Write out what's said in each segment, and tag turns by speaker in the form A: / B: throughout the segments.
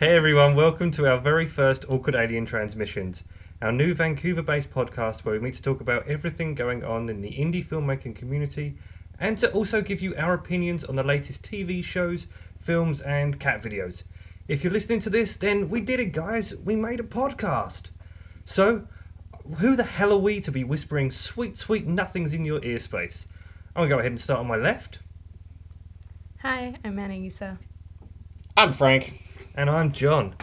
A: Hey everyone, welcome to our very first Awkward Alien Transmissions, our new Vancouver based podcast where we meet to talk about everything going on in the indie filmmaking community and to also give you our opinions on the latest TV shows, films, and cat videos. If you're listening to this, then we did it, guys. We made a podcast. So, who the hell are we to be whispering sweet, sweet nothings in your ear space? I'm gonna go ahead and start on my left,
B: Hi, I'm Anna Issa.
C: I'm Frank.
A: and I'm John.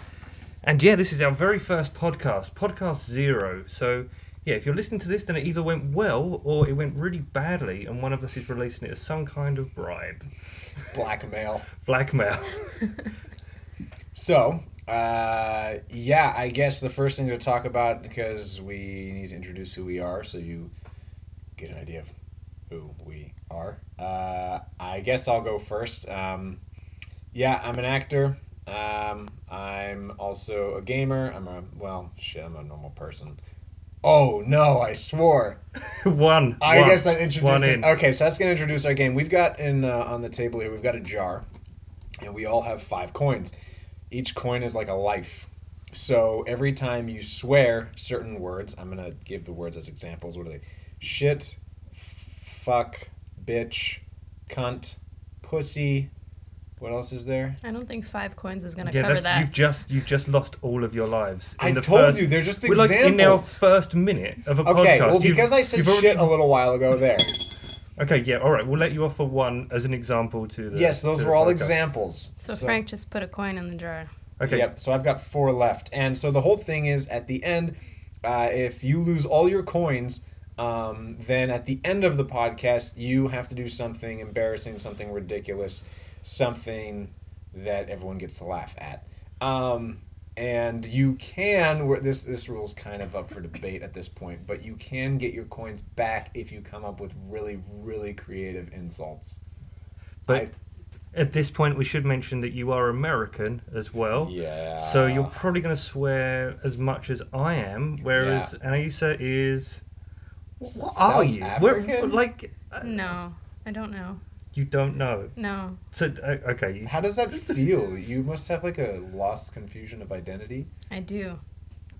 A: And yeah, this is our very first podcast, Podcast Zero. So, yeah, if you're listening to this, then it either went well or it went really badly, and one of us is releasing it as some kind of bribe,
C: Blackmail.
A: blackmail.
C: So, uh, yeah, I guess the first thing to talk about because we need to introduce who we are, so you get an idea of who we are. Uh, I guess I'll go first. Um, yeah, I'm an actor. Um, I'm also a gamer. I'm a well, shit. I'm a normal person. Oh no! I swore.
A: one.
C: I
A: one,
C: guess I'm
A: one
C: introducing.
A: in.
C: Okay, so that's gonna introduce our game. We've got in uh, on the table here. We've got a jar, and we all have five coins. Each coin is like a life. So every time you swear certain words, I'm gonna give the words as examples. What are they? Shit, f- fuck, bitch, cunt, pussy. What else is there?
B: I don't think five coins is going to
A: Yeah,
B: cover
A: that's,
B: that.
A: you've just you've just lost all of your lives.
C: I told you, they're just
A: We're like in our
C: examples.
A: first minute of a podcast.
C: Okay, well
A: You've-
C: because I said
A: you've already-
C: shit a little while ago, there.
A: Okay, yeah, all right. We'll let you off for one as an example to the.
C: Yes,
A: to
C: those
A: the
C: were all
A: podcast.
C: examples.
B: so, Frank just put a coin in the jar.
A: Okay,
C: Yep. So I've got four left, and so the whole thing is at the end, uh, if you lose all your coins, um, then at the end of the podcast, you have to do something embarrassing, something ridiculous, something that everyone gets to laugh at. Um, and you can where this this rule's kind of up for debate at this point, but you can get your coins back if you come up with really really creative insults.
A: but
C: I-
A: at this point, we should mention that you are American as well.
C: Yeah.
A: oh, So you're probably going to swear as much as I am, whereas Anaisa is. What are
C: South
A: you? We're- we're
C: African?
A: like uh,
B: No, I don't know.
A: you don't know.
B: No.
A: So uh, okay, you-
C: How does that feel? You must have like a lost confusion of identity.
B: I do.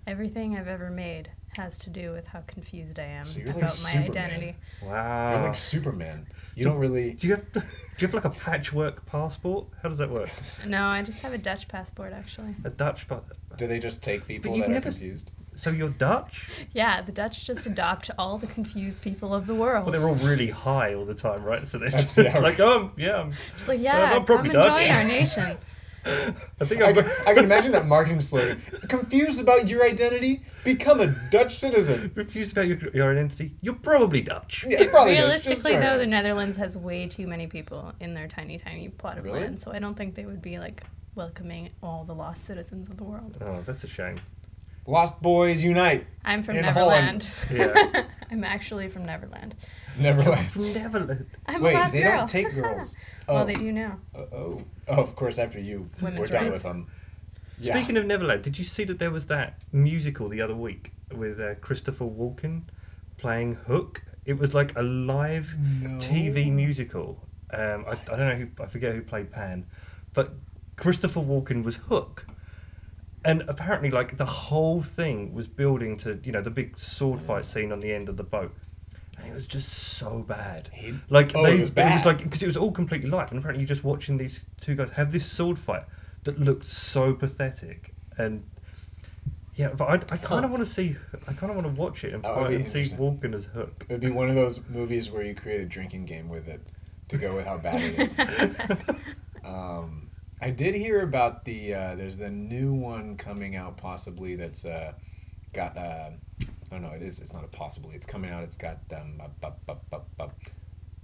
B: Everything I've ever made has to do with how confused I am
C: So you're like
B: about my
C: Superman.
B: identity.
C: You're
A: wow.
C: like Superman.
A: Uh.
C: You
A: So-
C: don't really.
A: do you have do you have like a patchwork passport? How does that work?
B: No, I just have a Dutch passport, actually.
A: A Dutch pa-
C: Do they just take people
A: you've
C: that are
A: never s-
C: confused?
A: So you're Dutch?
B: Yeah, the Dutch just adopt all the confused people of the world.
A: Well, they're all really high all the time, right? So they're
C: That's-
A: just
C: yeah,
A: like,
C: right.
A: oh, yeah, I'm,
B: It's like, yeah,
A: I'm
B: come
A: probably
B: enjoy
A: Dutch.
B: our nation.
A: I think
C: I,
A: I'm.
C: can- I can imagine that marketing slogan. Confused about your identity? Become a Dutch citizen.
A: Refuse about your, your identity. You're probably Dutch.
C: Yeah, probably Dutch, just
B: Realistically,
C: try
B: though,
C: it.
B: the Netherlands has way too many people in their tiny, tiny plot of
C: Really?
B: land, so I don't think they would be like welcoming all the lost citizens of the world.
A: Oh, that's a shame.
C: Lost Boys Unite.
B: I'm from
C: In Holland.
B: Neverland.
A: Yeah.
B: I'm actually from Neverland.
C: Neverland.
A: From Neverland.
B: I'm
C: Wait,
B: a lost
C: they
B: girl.
C: don't take girls. Oh,
B: well, they do now.
C: Oh, oh, of course, after you,
B: Women's
C: we're done
B: rights.
C: with them. Yeah.
A: Speaking of Neverland, did you see that there was that musical the other week with uh, Christopher Walken playing Hook? It was like a live
C: No.
A: TV musical. Um, I, I don't know who I forget who played Pan, but Christopher Walken was Hook, and apparently like the whole thing was building to you know the big sword fight scene on the end of the boat, and it was just so bad.
C: He-
A: Like
C: Oh, it
A: they,
C: was bad.
A: like because it was all completely live, and apparently you're just watching these two guys have this sword fight that looked so pathetic, and yeah, but I, I kind
C: Huh.
A: of want to see, I kind of want to watch it and,
C: That would
A: fight
C: be
A: and see
C: interesting.
A: Walken as Hook.
C: It would be one of those movies where you create a drinking game with it to go with how bad it is. Um, I did hear about the uh, there's the new one coming out possibly that's uh, got uh, oh no it is it's not a possibly it's coming out it's got um, bu- bu- bu- bu-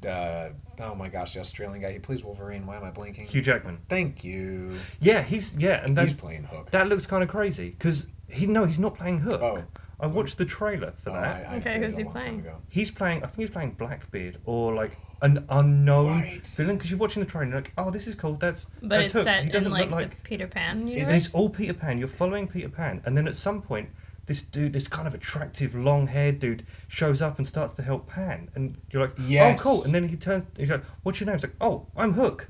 C: bu- uh, oh my gosh the Australian guy he plays Wolverine why am I blinking
A: Hugh Jackman.
C: thank you
A: Yeah, he's yeah, and
C: he's
A: that
C: playing Hook
A: that looks kind of crazy because he no, he's not playing Hook.
C: oh,
A: I watched the trailer for
C: oh,
A: that.
C: I, I
B: Okay,
C: did
B: who's
C: a
B: he
C: long time
B: playing?
C: ago.
A: He's playing, I think he's playing Blackbeard or like an unknown
C: Right.
A: villain because you're watching the trailer and you're like, oh, this is cool. That's
B: But
A: that's
B: it's
A: Hook.
B: set
A: he
B: in
A: doesn't
B: like,
A: look like
B: the Peter Pan
A: It- and
B: universe.
A: it's all Peter Pan. You're following Peter Pan, and then at some point, this dude, this kind of attractive, long-haired dude, shows up and starts to help Pan, and you're like, "Oh,
C: Yes.
A: cool!" And then he turns, he's like, "What's your name?" He's like, "Oh, I'm Hook,"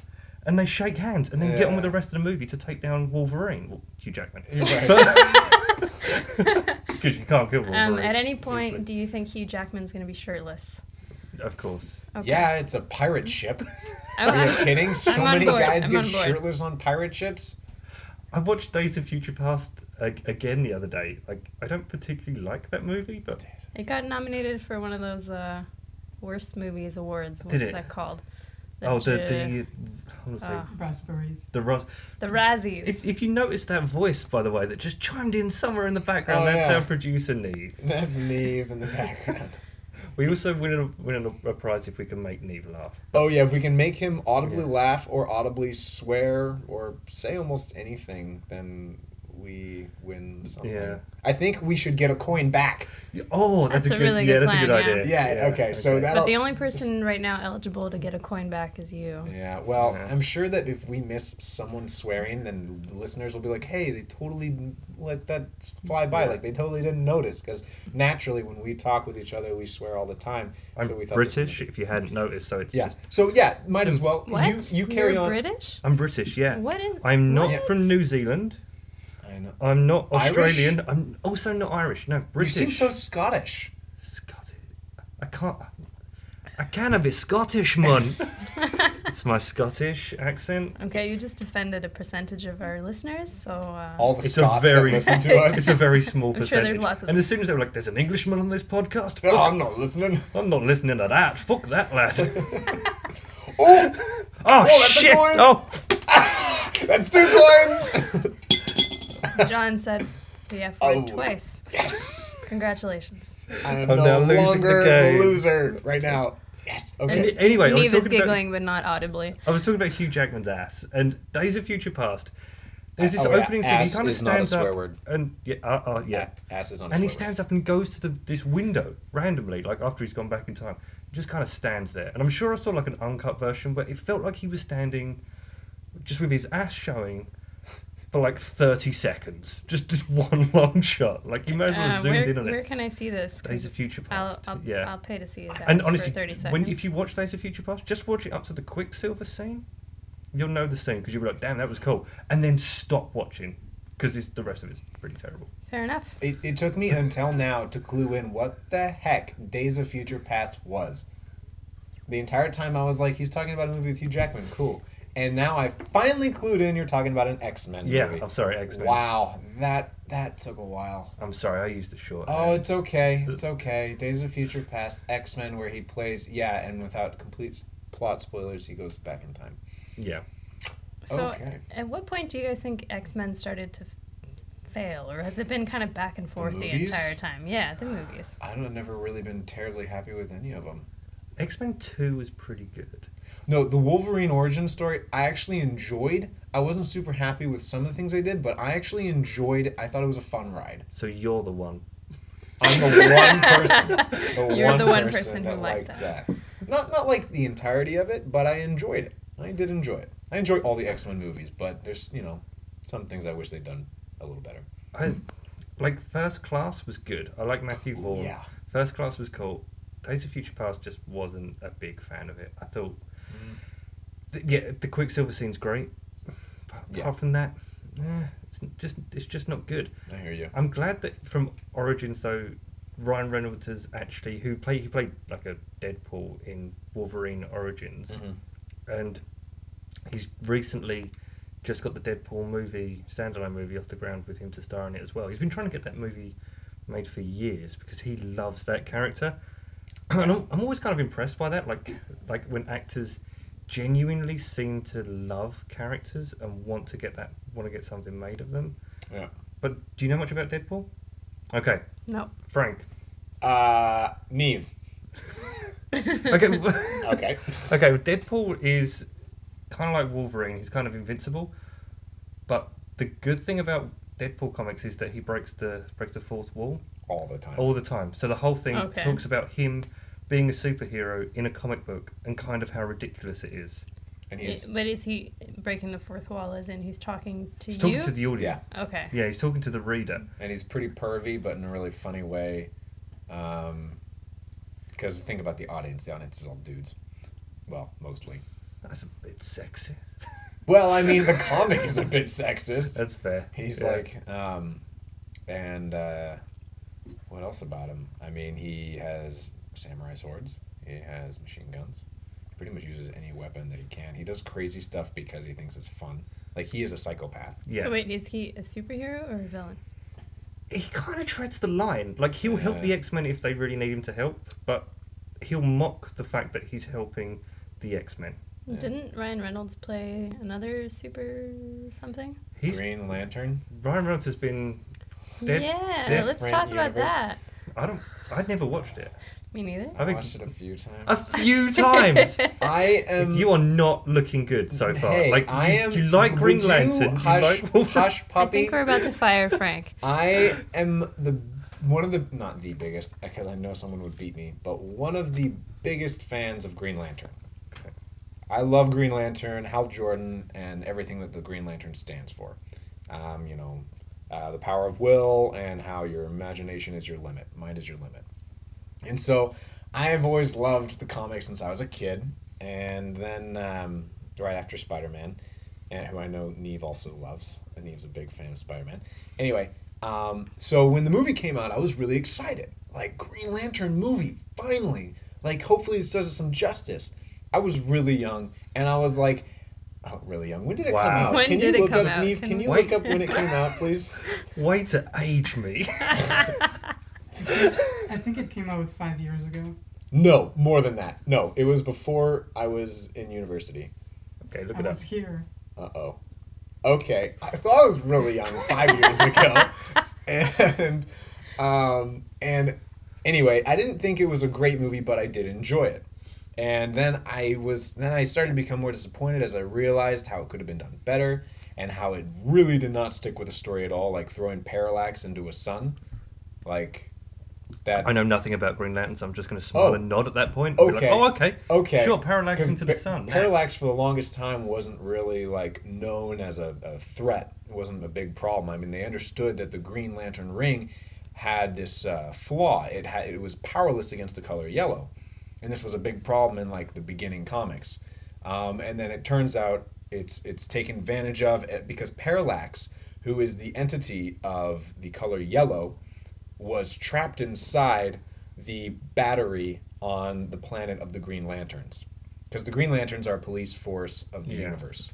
A: and they shake hands and then get on with
C: Yeah.
A: the rest of the movie to take down Wolverine, well, Hugh Jackman.
C: You're right.
A: Because you can't kill Wolverine.
B: Um, at any
A: Usually.
B: point, do you think Hugh Jackman's going to be shirtless?
A: of course.
C: Yeah, it's a pirate ship.
B: Oh,
C: Are you
B: I'm-
C: kidding? So
B: I'm on
C: many
B: board.
C: guys
B: I'm
C: get
B: on board.
C: shirtless on pirate ships.
A: I watched Days of Future Past ag- again the other day. Like, I don't particularly like that movie, but
B: It got nominated for one of those uh, worst movies awards. What's
A: Did it?
B: that called?
A: oh, the
B: That you-
A: the I want to say
B: uh,
D: Raspberries.
A: the Ros-
B: the Razzies.
A: if, if you notice that voice, by the way, that just chimed in somewhere in the background,
C: Oh,
A: that's
C: yeah.
A: our producer Neve.
C: That's Neve in the background.
A: We also win a, win a, a prize if we can make Neve laugh.
C: Oh yeah, if we can make him audibly
A: Yeah.
C: laugh or audibly swear or say almost anything, then we win something.
A: Yeah.
C: I think we should get a coin back.
A: Y- Oh, that's, a, good
B: really
A: yeah,
B: good
A: that's a good
B: plan,
A: idea.
C: yeah. Yeah, okay, so that-
B: but the only person right now eligible to get a coin back is you.
C: Yeah. Well,
A: Yeah.
C: I'm sure that if we miss someone swearing, then listeners will be like, "Hey, they totally let that fly by.
A: Yeah.
C: Like they totally didn't notice." Because naturally, when we talk with each other, we swear all the time.
A: I'm
C: we thought this would
A: British,
C: be-
A: if you hadn't noticed, so it's
C: Yeah.
A: just
C: So yeah, might as
A: Sim-
C: well.
B: What?
C: You you carry
B: You're
C: on.
B: British?
A: I'm British, yeah.
B: What is?
A: I'm not
B: what?
A: from New Zealand.
C: I know.
A: I'm not
C: Irish?
A: Australian. I'm also not Irish. No, British.
C: You seem so Scottish.
A: Scottish. I can't. I can a bit Scottish, man. it's my Scottish accent.
B: Okay, you just offended a percentage of our listeners, so uh,
C: All the
A: It's a
C: Scots
A: very,
C: that listen to us.
A: it's a very small
B: I'm
A: percentage.
B: sure there's lots of
A: and
B: them.
A: as soon as they were like, "There's an Englishman on this podcast,"
C: No,
A: fuck,
C: I'm not listening.
A: I'm not listening to that. Fuck that lad.
C: Oh,
A: oh,
C: that's a
A: shit!
C: coin.
A: Oh,
C: that's two coins.
B: John said the F
C: Oh.
B: word twice.
C: yes,
B: Congratulations.
C: I am
A: I'm
C: no
A: now losing the
C: longer a
A: game.
C: loser right now. Yes. Okay.
A: Any- anyway, I was
B: Neve is
A: talking about-
B: giggling, but not audibly.
A: I was talking about Hugh Jackman's ass and Days of Future Past. There's this
C: Oh, yeah,
A: opening scene. He
C: ass
A: kind of
C: is not a
A: stands
C: swear
A: up
C: word.
A: and yeah, uh, uh, yeah.
C: Ass is on. a
A: And he
C: swear word.
A: stands up and goes to the, this window randomly, like after he's gone back in time. He just kind of stands there. And I'm sure I saw like an uncut version, but it felt like he was standing just with his ass showing for like 30 seconds. Just just one long shot. Like you might as well have
B: Uh,
A: zoomed
B: where,
A: in on
B: where
A: it.
B: can I see this?
A: Days of
B: 'Cause
A: Future Past,
B: I'll, I'll,
A: yeah.
B: I'll pay to see his ass
A: And honestly,
B: for 30 seconds.
A: when if you watch Days of Future Past, just watch it up to the Quicksilver scene. You'll know the scene because you'll be like, damn, that was cool. And then stop watching because the rest of it's pretty terrible.
B: Fair enough.
C: It, it took me until now to clue in what the heck Days of Future Past was. The entire time I was like, he's talking about a movie with Hugh Jackman, cool. And now I finally clued in. You're talking about an X Men
A: Yeah,
C: movie.
A: I'm sorry, X-Men.
C: Wow, that that took a while.
A: I'm sorry, I used the short.
C: Oh,
A: hand.
C: it's okay. It's okay. Days of Future Past, X Men, where he plays yeah, and without complete s- plot spoilers, he goes back in time.
A: Yeah.
B: So,
C: Okay.
B: at what point do you guys think X Men started to f- fail, or has it been kind of back and forth the,
C: movies?
B: entire time? Yeah, the movies.
C: I don't never really been terribly happy with any of them.
A: X-Men 2 was pretty good.
C: No, the Wolverine origin story I actually enjoyed. I wasn't super happy with some of the things they did, but I actually enjoyed. I thought it was a fun ride.
A: So you're the one.
C: I'm the one person. The
B: You're
C: one
B: the one person
C: person
B: who
C: that
B: liked
C: liked
B: that.
C: that. Not not like the entirety of it, but I enjoyed it. I did enjoy it. I enjoy all the X Men movies, but there's you know some things I wish they'd done a little better.
A: I like First Class was good. I like Matthew Vaughn.
C: yeah.
A: First Class was cool. Days of Future Past just wasn't a big fan of it. I thought, th- yeah, the Quicksilver scene's great, but
C: Yeah.
A: apart from that, eh, it's n- just it's just not good.
C: I hear you.
A: I'm glad that from Origins though, Ryan Reynolds is actually who played he played like a Deadpool in Wolverine Origins,
C: Mhm.
A: and he's recently just got the Deadpool movie standalone movie off the ground with him to star in it as well. He's been trying to get that movie made for years because he loves that character. And I'm, I'm always kind of impressed by that, like like when actors genuinely seem to love characters and want to get that want to get something made of them.
C: Yeah.
A: But do you know much about Deadpool? Okay,
B: No.
A: Frank.
C: Uh, Neve.
A: Okay.
C: Okay.
A: okay. Deadpool is kind of like Wolverine. He's kind of invincible, but the good thing about Deadpool comics is that he breaks the breaks the fourth wall
C: All the time.
A: all the time. So the whole thing
B: Okay.
A: talks about him being a superhero in a comic book and kind of how ridiculous it is.
C: and he's
B: But is he breaking the fourth wall? As in, he's talking to
A: He's
B: you?
A: talking to the audience.
B: okay.
A: Yeah, he's talking to the reader.
C: and he's pretty pervy, but in a really funny way. Um, because the thing about the audience, the audience is all dudes. Well, mostly.
A: That's a bit sexy.
C: Well, I mean, the comic is a bit sexist.
A: That's fair.
C: He's
A: Yeah.
C: like, um, and uh, what else about him? I mean, he has samurai swords. He has machine guns. He pretty much uses any weapon that he can. He does crazy stuff because he thinks it's fun. Like he is a psychopath.
A: yeah.
B: So wait, is he a superhero or a villain?
A: he kind of treads the line. Like he'll help
C: Yeah.
A: the X Men if they really need him to help, but he'll mock the fact that he's helping the X Men.
C: Yeah.
B: Didn't Ryan Reynolds play another super something?
A: He's
C: Green Lantern.
A: Ryan Reynolds has been. Dead-
B: yeah,
A: different
B: let's talk about
C: universe.
B: that.
A: I don't. I'd never watched it.
B: Me neither.
A: I
C: I
A: think-
C: watched it a few times.
A: A few times.
C: I am.
A: you are not looking good so far.
C: Um, Hey,
A: like
C: I
A: you,
C: am.
A: you like Green
C: would you
A: Lantern. You,
C: Hush,
A: like Wolverine.
C: hush,
B: I
C: puppy.
B: think we're about to fire Frank.
C: I am the one of the not the biggest because I know someone would beat me, but one of the biggest fans of Green Lantern. I love Green Lantern, Hal Jordan, and everything that the Green Lantern stands for. Um, you know, uh, the power of will and how your imagination is your limit, mind is your limit. And so, I have always loved the comics since I was a kid, and then um, right after Spider Man, and who I know Neve also loves. And Neve's a big fan of Spider Man. Anyway, um, so when the movie came out, I was really excited. Like Green Lantern movie, finally. Like hopefully this does it some justice. I was really young, and I was like, oh, really young. When did it come
A: Wow.
C: out?
B: When
C: can
B: did it
C: you look
B: come
C: up,
B: out?
C: Neve?
B: Can
C: Can,
B: we-
C: you look up when it came out, please?
A: Way to age me.
D: I think it came out five years ago.
C: No, more than that. No, it was before I was in university.
A: okay, look
D: I
A: it up.
D: was here.
C: Uh oh. Okay, so I was really young five years ago, and um, and anyway, I didn't think it was a great movie, but I did enjoy it. And then I was then I started to become more disappointed as I realized how it could have been done better and how it really did not stick with the story at all, like throwing parallax into a sun, like that.
A: I know nothing about Green Lantern, so I'm just going to smile
C: Oh.
A: and nod at that point. and be
C: Okay.
A: Like, oh, okay.
C: Okay.
A: Sure, parallax
C: 'Cause
A: into the
C: pa-
A: sun. yeah.
C: Parallax for the longest time wasn't really like known as a, a threat. It wasn't a big problem. I mean, they understood that the Green Lantern ring had this uh, flaw. It had it was powerless against the color yellow, and this was a big problem in like the beginning comics. Um, and then it turns out it's it's taken advantage of eh, because Parallax, who is the entity of the color yellow, was trapped inside the battery on the planet of the Green Lanterns. Because the Green Lanterns are a police force of the
A: Yeah.
C: universe.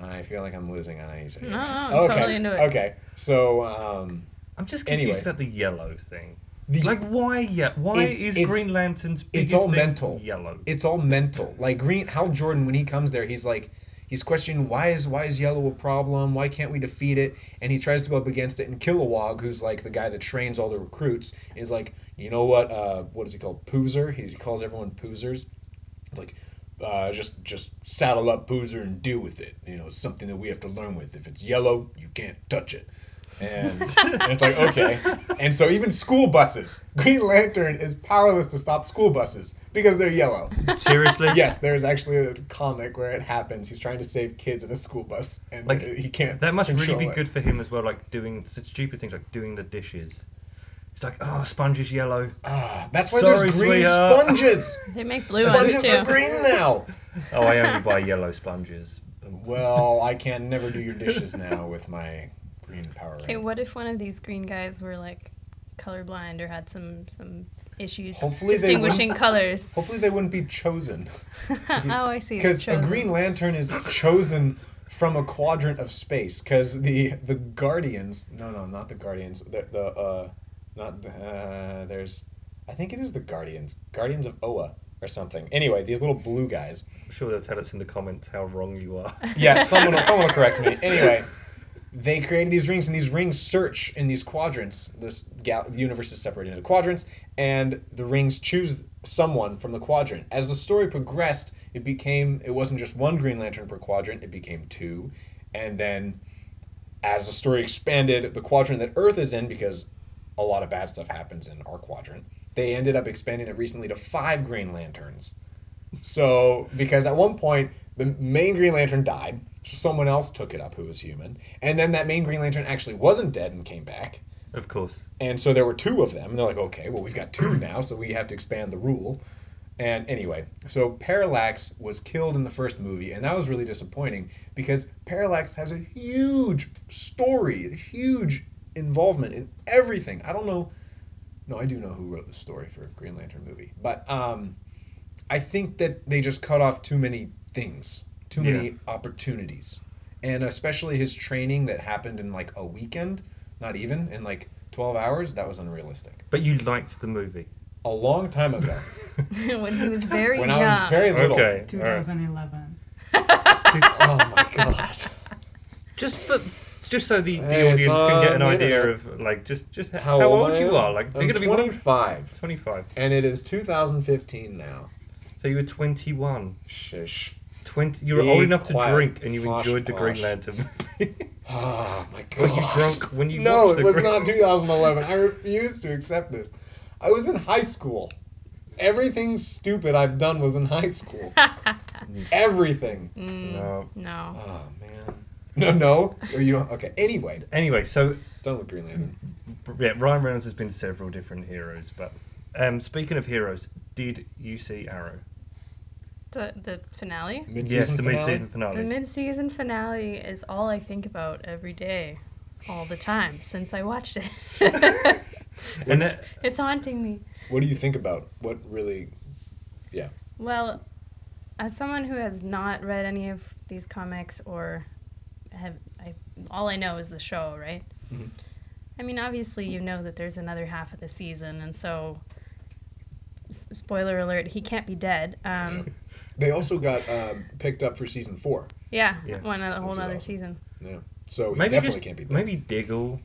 C: I feel like I'm losing on these.
B: No, no, I'm totally into it.
C: Okay, so um,
A: I'm just confused
C: Anyway.
A: about the yellow thing.
C: the,
A: like why? Yeah, why
C: It's-
A: is
C: it's-
A: Green Lantern's biggest
C: it's all
A: thing
C: mental.
A: yellow?
C: it's all mental. Like Green Hal Jordan, when he comes there, he's like, he's questioning why is why is yellow a problem? Why can't we defeat it? And he tries to go up against it. And Kilowog, who's like the guy that trains all the recruits, is like, you know what? Uh, what is he called? Poozer. He calls everyone poozers. It's like. Uh, just just saddle up Poozer and deal with it. You know, it's something that we have to learn with. If it's yellow, you can't touch it. And, and it's like, okay. And so even school buses, Green Lantern is powerless to stop school buses because they're yellow
A: Seriously?
C: yes, there's actually a comic where it happens. He's trying to save kids in a school bus, and
A: Like,
C: he can't.
A: That must really
C: control
A: be
C: it.
A: good for him as well. Like doing such stupid things, like doing the dishes. It's like, oh, sponge is yellow.
C: Ah, that's why
A: Sorry,
C: there's green
A: sweetheart.
C: sponges.
B: They make blue ones
C: sponges
B: too.
C: are green now.
A: Oh, I only buy yellow sponges.
C: Well, I can never do your dishes now with my green power.
B: Okay,
C: Ring.
B: what if one of these green guys were like colorblind or had some some issues
C: Hopefully they
B: distinguishing colors?
C: Hopefully, they wouldn't be chosen
B: oh, I see. they're
C: because a
B: chosen.
C: Green Lantern is chosen from a quadrant of space. Because the the Guardians, no, no, not the Guardians. The, the uh, not the, uh, there's, I think it is the Guardians, Guardians of Oa or something. Anyway, these little blue guys.
A: I'm sure they'll tell us in the comments how wrong you are.
C: Yeah, someone will, someone will correct me. Anyway, they created these rings, and these rings search in these quadrants. This gal- the universe is separated into quadrants, and the rings choose someone from the quadrant. As the story progressed, it became it wasn't just one Green Lantern per quadrant; it became two, and then as the story expanded, the quadrant that Earth is in, because a lot of bad stuff happens in our quadrant, they ended up expanding it recently to five Green Lanterns. So, because at one point, the main Green Lantern died, so someone else took it up who was human. And then that main Green Lantern actually wasn't dead and came back.
A: Of course.
C: And so there were two of them, and they're like, okay, well, we've got two now, so we have to expand the rule. And anyway, so Parallax was killed in the first movie, and that was really disappointing because Parallax has a huge story, a huge involvement in everything. I don't know. No, I do know who wrote the story for Green Lantern movie, but um, I think that they just cut off too many things, too
A: Yeah.
C: many opportunities, and especially his training that happened in like a weekend, not even in like twelve hours. That was unrealistic.
A: But you liked the movie.
C: A long time ago,
B: when he was very
C: when
B: young.
C: I was very little.
A: Okay. all right.
D: 2011.
C: oh my god.
A: Just for, just so the, the
C: Hey, it's
A: audience can get an
C: on the
A: idea
C: internet.
A: of like just just h- um, how, old,
C: I
A: you
C: am?
A: are. Like they're
C: I'm
A: gonna be
C: 25,
A: twenty five.
C: and it is 2015 now.
A: So you were twenty one.
C: Shish.
A: Twenty. You were
C: Be
A: old enough
C: quiet.
A: to drink, and you
C: Posh,
A: enjoyed the Green
C: posh.
A: Lantern movie.
C: Oh my god.
A: Were you drunk when you
C: No,
A: watched
C: it
A: the
C: was
A: Green-
C: not 2011. I refuse to accept this. I was in high school. Everything stupid I've done was in high school. Everything.
B: Mm,
A: No.
B: No.
C: Oh man. No, no. Or you don't. Okay. Anyway,
A: Anyway, so
C: done with Green Lantern.
A: yeah, Ryan Reynolds has been several different heroes, but um, speaking of heroes, did you see Arrow?
B: The, the finale?
C: Mid-season
A: yes, the
C: finale?
A: mid-season finale.
B: The mid season finale is all I think about every day, all the time, since I watched it.
A: and uh,
B: it's haunting me.
C: What do you think about? What really? Yeah.
B: Well, as someone who has not read any of these comics or have, I, all I know is the show, right?
A: Mm-hmm.
C: Mhm.
B: I mean, obviously, you know that there's another half of the season, and so, s- spoiler alert, he can't be dead. Um,
C: They also got uh, picked up for season four.
B: yeah,
A: Yeah.
B: one a
C: Which
B: whole
C: is
B: other
C: awesome.
B: season.
C: Yeah. So he
A: maybe
C: definitely
A: just
C: can't be. there.
A: maybe Diggle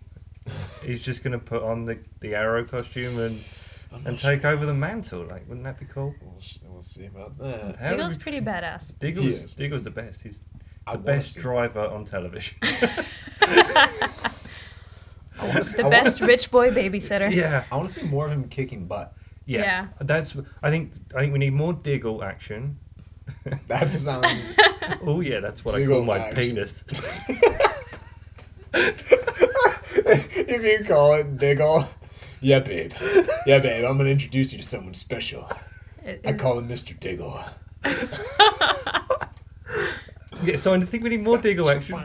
A: is just gonna put on the, the Arrow costume and
C: I'm
A: and
C: not sure.
A: take over the mantle. Like, wouldn't that be cool?
C: We'll, s- we'll see about that.
A: How do
B: Diggle's
A: we-
B: pretty badass.
A: Diggle's
C: He is.
A: Diggle's the best. He's
C: I
A: the
C: wanna
A: best
C: see-
A: driver on television.
C: I wanna see-
B: The
C: I wanna
B: best
C: see-
B: rich boy babysitter.
A: yeah,
C: I want to see more of him kicking butt.
A: yeah,
B: Yeah.
A: That's. I think. I think we need more Diggle action.
C: That sounds.
A: oh yeah, that's what I
C: Diggle
A: call my
C: action.
A: penis.
C: if you call it diggle. Yeah, babe. Yeah, babe. I'm gonna introduce you to someone special.
B: It-
C: I
B: it's-
C: call him Mr. Diggle.
A: yeah, so I think we need more Diggle action.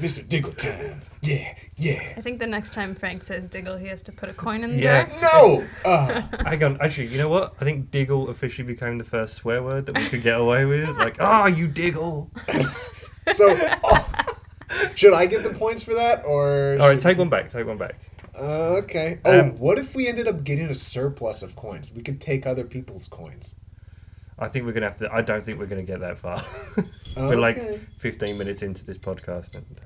C: Mr. Diggle time. Yeah, yeah.
B: I think the next time Frank says Diggle, he has to put a coin in the
A: Yeah.
B: jar.
C: No. Uh,
A: Hang on, actually, you know what? I think Diggle officially became the first swear word that we could get away with. Like, ah, you Diggle.
C: so, oh, should I get the points for that, or
A: All right,
C: should-
A: take one back. Take one back.
C: Uh, okay. Oh,
A: Um,
C: what if we ended up getting a surplus of coins? We could take other people's coins.
A: I think we're gonna have to. I don't think we're gonna get that far. we're
C: Okay.
A: like 15 minutes into this podcast, and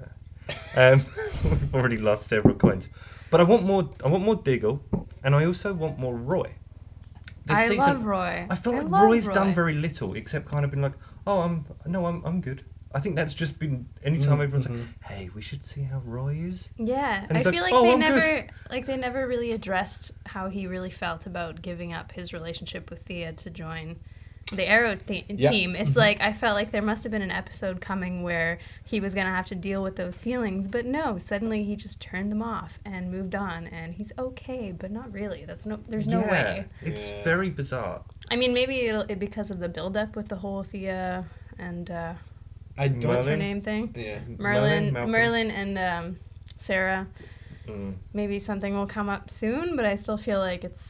A: uh, um, we've already lost several coins. But I want more. I want more Diggle, and I also want more Roy. This
B: I
A: season-
B: love Roy.
A: I feel like
B: love
A: Roy's done
B: Roy.
A: very little, except kind of been like, "Oh, I'm no, I'm I'm good." I think that's just been any time
C: Mm,
A: everyone's
C: mhm.
A: like, "Hey, we should see how Roy is."
B: Yeah,
A: And
B: I
A: he's like,
B: feel like
A: "Oh,
B: they
A: I'm good."
B: never like they never really addressed how he really felt about giving up his relationship with Thea to join the Arrow th-
C: Yeah.
B: team.
A: Mm-hmm.
B: It's like I felt like there must have been an episode coming where he was going to have to deal with those feelings, but no, suddenly he just turned them off and moved on and he's okay, but not really. That's no there's no
A: Yeah,
B: way.
A: It's
C: Yeah.
A: very bizarre.
B: I mean, maybe it'll it, because of the build up with the whole Thea and uh,
C: I don't.
B: what's her
A: Merlin?
B: name thing?
C: Yeah.
B: Merlin,
A: Malcolm.
B: Merlin, and um, Sarah.
A: Mm.
B: Maybe something will come up soon, but I still feel like it's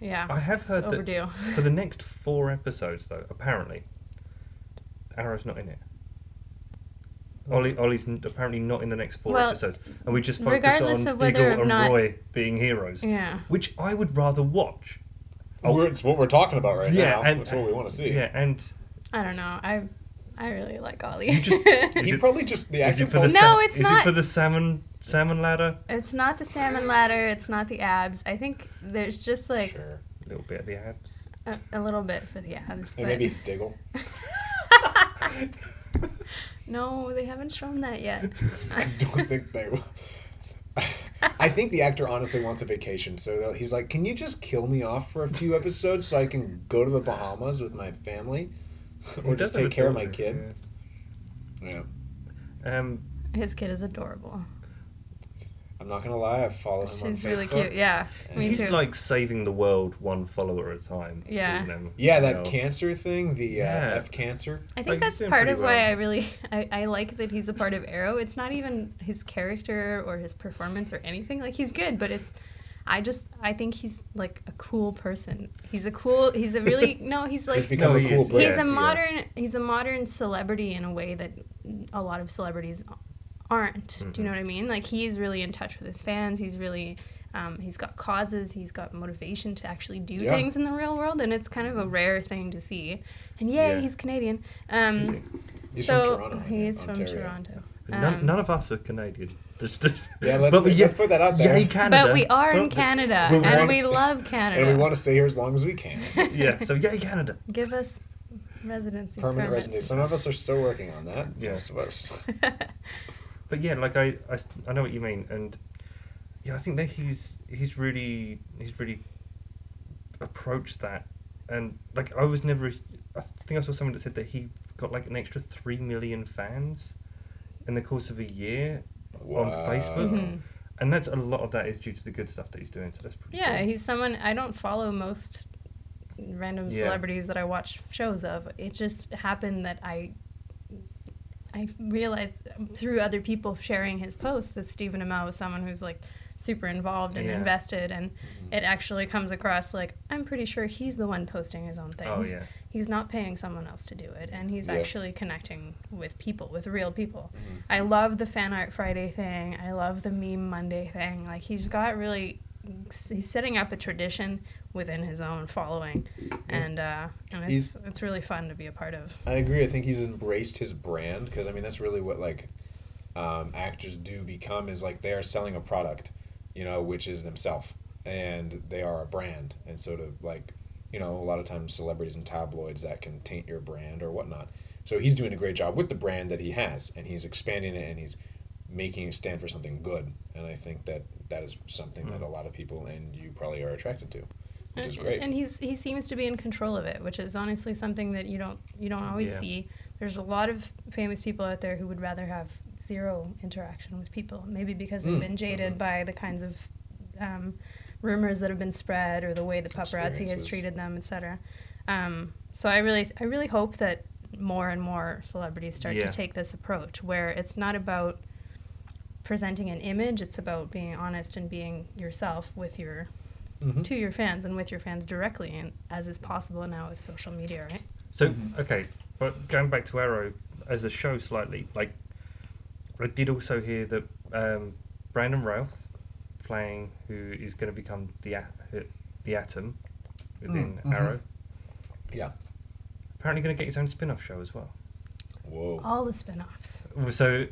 B: yeah.
A: I have
B: it's
A: heard that-
B: overdue.
A: For the next four episodes, though, apparently, Arrow's not in it. Ollie, Ollie's n- apparently not in the next four
B: Well,
A: episodes, and we just focus
B: regardless
A: on
B: of whether
A: Diggle
B: or
A: and
B: not-
A: Roy being heroes,
B: yeah.
A: which I would rather watch. Oh.
C: We're, it's what we're talking about right
A: yeah,
C: now.
A: and
C: That's what we want to see.
A: Yeah, and
B: I don't know. I I really like Ollie.
A: You just- Is
C: He
A: it-
C: probably just the
A: is
C: actor.
A: it for the
C: probably-
A: sa-
B: No, it's
A: is
B: not.
A: it for the salmon salmon ladder?
B: it's not the salmon ladder. It's not the abs. I think there's just like
C: Sure.
A: A little bit of the abs.
B: a, a little bit for the abs. but-
C: And maybe it's Diggle.
B: no, they haven't shown that yet.
C: I don't think they will. I think the actor honestly wants a vacation, so he's like, "Can you just kill me off for a few episodes so I can go to the Bahamas with my family, or
A: He does have
C: just take
A: a
C: care of my
A: daughter,
C: kid?" Yeah.
A: yeah. Um,
B: His kid is adorable.
C: I I'm not gonna lie, I follow him on
B: She's
C: Facebook.
B: really cute. Yeah,
C: and
B: me
A: He's
B: too.
A: like saving the world one follower at a time. Just
B: Yeah.
A: doing them.
C: Yeah, that
A: Well,
C: cancer thing, the uh,
A: Yeah.
C: F
B: I
C: cancer.
A: like,
B: think
A: he's
B: that's
A: doing
B: part
A: pretty
B: of why
A: well.
B: I really I, I like that he's a part of Arrow. It's not even his character or his performance or anything. Like he's good, but it's I just I think he's like a cool person. He's a cool. He's a really no. He's like
C: He's become
A: No,
C: a
A: he
C: cool
A: is.
C: brand.
B: he's a
A: yeah.
B: modern he's a modern celebrity in a way that a lot of celebrities aren't do you know what i mean like he's really in touch with his fans he's really um, he's got causes he's got motivation to actually do
C: Yeah.
B: things in the real world and it's kind of a rare thing to see and yay
A: Yeah.
B: he's canadian um,
A: Is he?
C: He's
B: so
C: from Toronto. I
B: he
C: think,
B: is from
C: Ontario.
B: toronto
A: None,
B: Um,
A: none of us are Canadian. Just- just-
C: Yeah, let's put- let's put that out there.
A: Yay, Canada.
B: but we are in
A: But-
B: canada
C: we
B: and
C: want-
B: we love canada
C: And we want to stay here as long as we can.
A: Yeah, so yay, Canada.
B: give us residency
C: Permanent
B: permits.
C: residency. Some of us are still working on that.
A: Yeah.
C: Most of us.
A: But yeah, like I, I, s- I know what you mean, and yeah, I think that he's he's really he's really approached that, and like I was never. I think I saw someone that said that he got like an extra three million fans in the course of a year on
C: Wow.
A: Facebook,
B: Mhm.
A: and that's a lot of that is due to the good stuff that he's doing. So that's pretty.
B: Yeah,
A: cool.
B: he's someone I don't follow most random
A: Yeah.
B: celebrities that I watch shows of. It just happened that I I realized through other people sharing his posts that Stephen Amell was someone who's like super involved and
A: Yeah.
B: invested and
C: Mm-hmm.
B: it actually comes across like I'm pretty sure he's the one posting his own
A: Oh
B: things.
A: yeah,
B: He's not paying someone else to do it and he's
C: Yeah.
B: actually connecting with people, with real people.
C: Mm-hmm.
B: I love the fan art Friday thing. I love the meme Monday thing. Like he's got really, he's setting up a tradition within his own following, and uh, and it's
C: He's-
B: it's really fun to be a part of.
C: I agree. I think he's embraced his brand because I mean that's really what like um, actors do become is like they are selling a product, you know, which is themselves, and they are a brand, and sort of like you know a lot of times celebrities and tabloids that can taint your brand or whatnot. So he's doing a great job with the brand that he has, and he's expanding it, and he's making it stand for something good. And I think that that is something that a lot of people and you probably are attracted to, which is
B: And-
C: great.
B: And he's he seems to be in control of it, which is honestly something that you don't you don't always
A: Yeah.
B: see. There's a lot of famous people out there who would rather have zero interaction with people, maybe because they've
C: Mm.
B: been jaded by the kinds of um, rumors that have been spread or the way the paparazzi has
C: Experiences.
B: treated them, etc. Um, so I really I really hope that more and more celebrities start
A: Yeah.
B: to take this approach where it's not about presenting an image it's about being honest and being yourself with your
C: Mm-hmm.
B: to your fans and with your fans directly, and as is possible now with social media, right?
A: So
C: Mm-hmm.
A: okay, but going back to Arrow as a show slightly, like I did also hear that um, Brandon Routh playing who is going to become the A- the Atom within
C: mhm.
A: Arrow.
C: Yeah.
A: Apparently, going to get his own spin-off show as well.
C: Whoa.
B: All the spin-offs.
A: So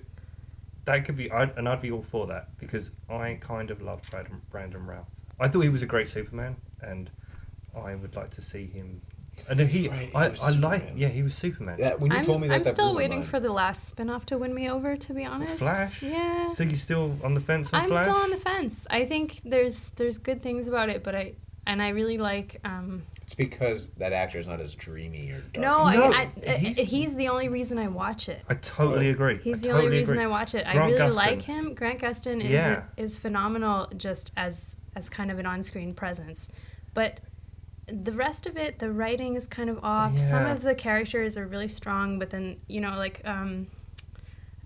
A: that could be, I'd, and I'd be all for that because I kind of love Brandon, Brandon Routh. I thought he was a great Superman, and I would like to see him. And then
C: That's
A: he,
C: right, he
A: I,
C: was
A: I like,
C: Superman.
A: yeah, he was Superman.
C: That when you
B: I'm,
C: told me that,
B: I'm
C: that
B: still
C: blew my
B: waiting
C: mind.
B: for the last spin-off to win me over, to be honest.
A: Flash?
B: Yeah.
A: So you're still on the fence on
B: I'm
A: Flash?
B: still on the fence. I think there's there's good things about it, but I and I really like um
C: It's because that actor is not as dreamy or dark.
B: no,
A: No,
B: I, I,
A: he's-
B: he's, he's the only reason I watch it.
A: I totally agree.
B: He's
A: I
B: the
A: totally
B: only reason
A: agree.
B: I watch it. I
A: Grant
B: really
A: Gustin.
B: like him. Grant Gustin is
A: Yeah.
B: is phenomenal just as as kind of an on-screen presence. But the rest of it, the writing is kind of off. Some
A: Yeah.
B: of the characters are really strong, but then, you know, like um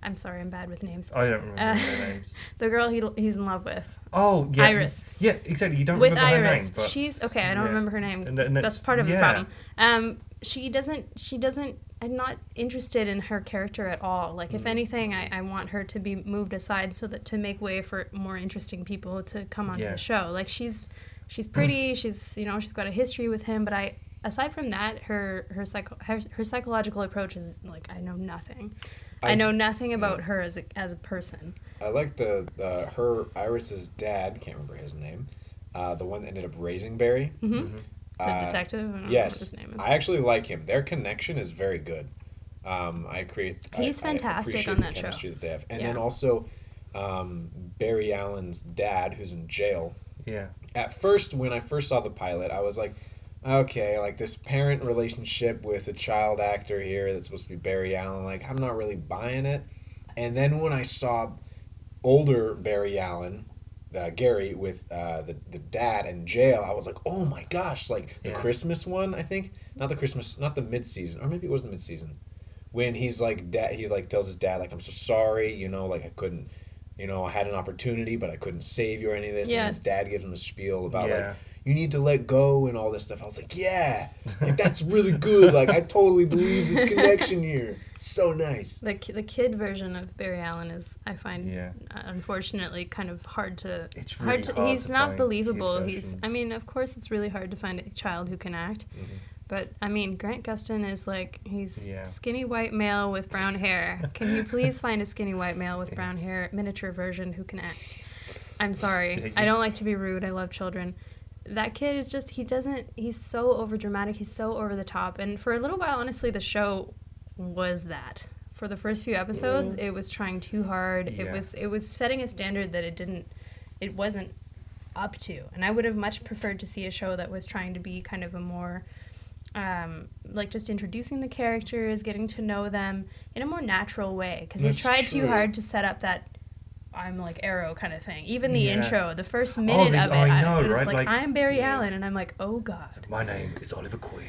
B: I'm sorry, I'm bad with names.
A: I don't remember
B: Uh,
A: their names.
B: The girl he, he's in love with.
A: Oh, yeah.
B: Iris.
A: Yeah, exactly. You don't
B: with
A: remember
B: Iris.
A: her name, but
B: She's okay, I don't
A: Yeah.
B: remember her name.
A: And then
B: that's,
A: that's-
B: part of
A: yeah.
B: the problem. Um she doesn't she doesn't I'm not interested in her character at all. Like,
A: Hmm.
B: if anything, I, I want her to be moved aside so that to make way for more interesting people to come onto
A: Yeah. Hmm.
B: the show. Like, she's she's pretty. she's you know she's got a history with him. But I, aside from that, her her psycho her, her psychological approach is like I know nothing. I,
C: I-
B: know nothing about her as a, as a person.
C: I like the uh, her Iris's dad. Can't remember his name. Uh, the one that ended up raising Barry.
B: hmm
A: Mm-hmm.
B: The
C: Uh,
B: detective. I don't know what
C: Yes,
B: his name is.
C: I actually like him. Their connection is very good. Um, I create. I-
B: He's
C: I
B: fantastic
C: appreciate
B: on
C: the
B: that show.
C: chemistry that they have, and then
B: Yeah.
C: also um, Barry Allen's dad, who's in jail.
A: yeah.
C: at first when I first saw the pilot, I was like, okay, like this parent relationship with a child actor here that's supposed to be Barry Allen, like I'm not really buying it. And then when I saw older Barry Allen uh, Gary with uh, the the dad and jail, I was like, oh my gosh, like the
A: Yeah.
C: Christmas one, I think, not the Christmas, not the mid season, or maybe it was the mid season, when he's like dad, he like tells his dad like I'm so sorry, you know, like I couldn't, you know, I had an opportunity but I couldn't save you or any of this,
B: Yeah.
C: and his dad gives him a spiel about
A: Yeah.
C: like you need to let go and all this stuff. I was like, yeah, like that's really good. Like I totally believe this connection here. So nice.
B: The, ki- the kid version of Barry Allen is, I find,
A: Yeah.
B: uh, unfortunately, kind of hard to.
A: It's really
B: to,
A: hard
B: he's
A: to
B: not
A: find
B: believable.
A: kid
B: He's. I
A: versions.
B: mean, of course, it's really hard to find a child who can act, but I mean, Grant Gustin is like he's
A: Mm-hmm. Yeah.
B: skinny white male with brown hair. can you please find a skinny white male with brown hair miniature version who can act? I'm sorry.
A: Dig
B: I
A: it.
B: don't like to be rude. I love children. That kid is just he doesn't he's so over dramatic, he's so over the top. And for a little while honestly the show was that. For the first few episodes, it was trying too hard. It
A: Yeah.
B: was it was setting a standard that it didn't it wasn't up to. And I would have much preferred to see a show that was trying to be kind of a more um, like just introducing the characters, getting to know them in a more natural way. Because they
C: That's
B: tried too
C: true.
B: hard to set up that I'm like Arrow kind of thing. Even the
A: Yeah. Oh,
B: intro, the first minute
A: the-
B: of it,
A: I
B: I
A: know,
B: it's
A: right?
B: like,
A: Like-
B: I'm Barry
C: Yeah.
B: Allen, and I'm like, oh god.
A: My name is Oliver Queen.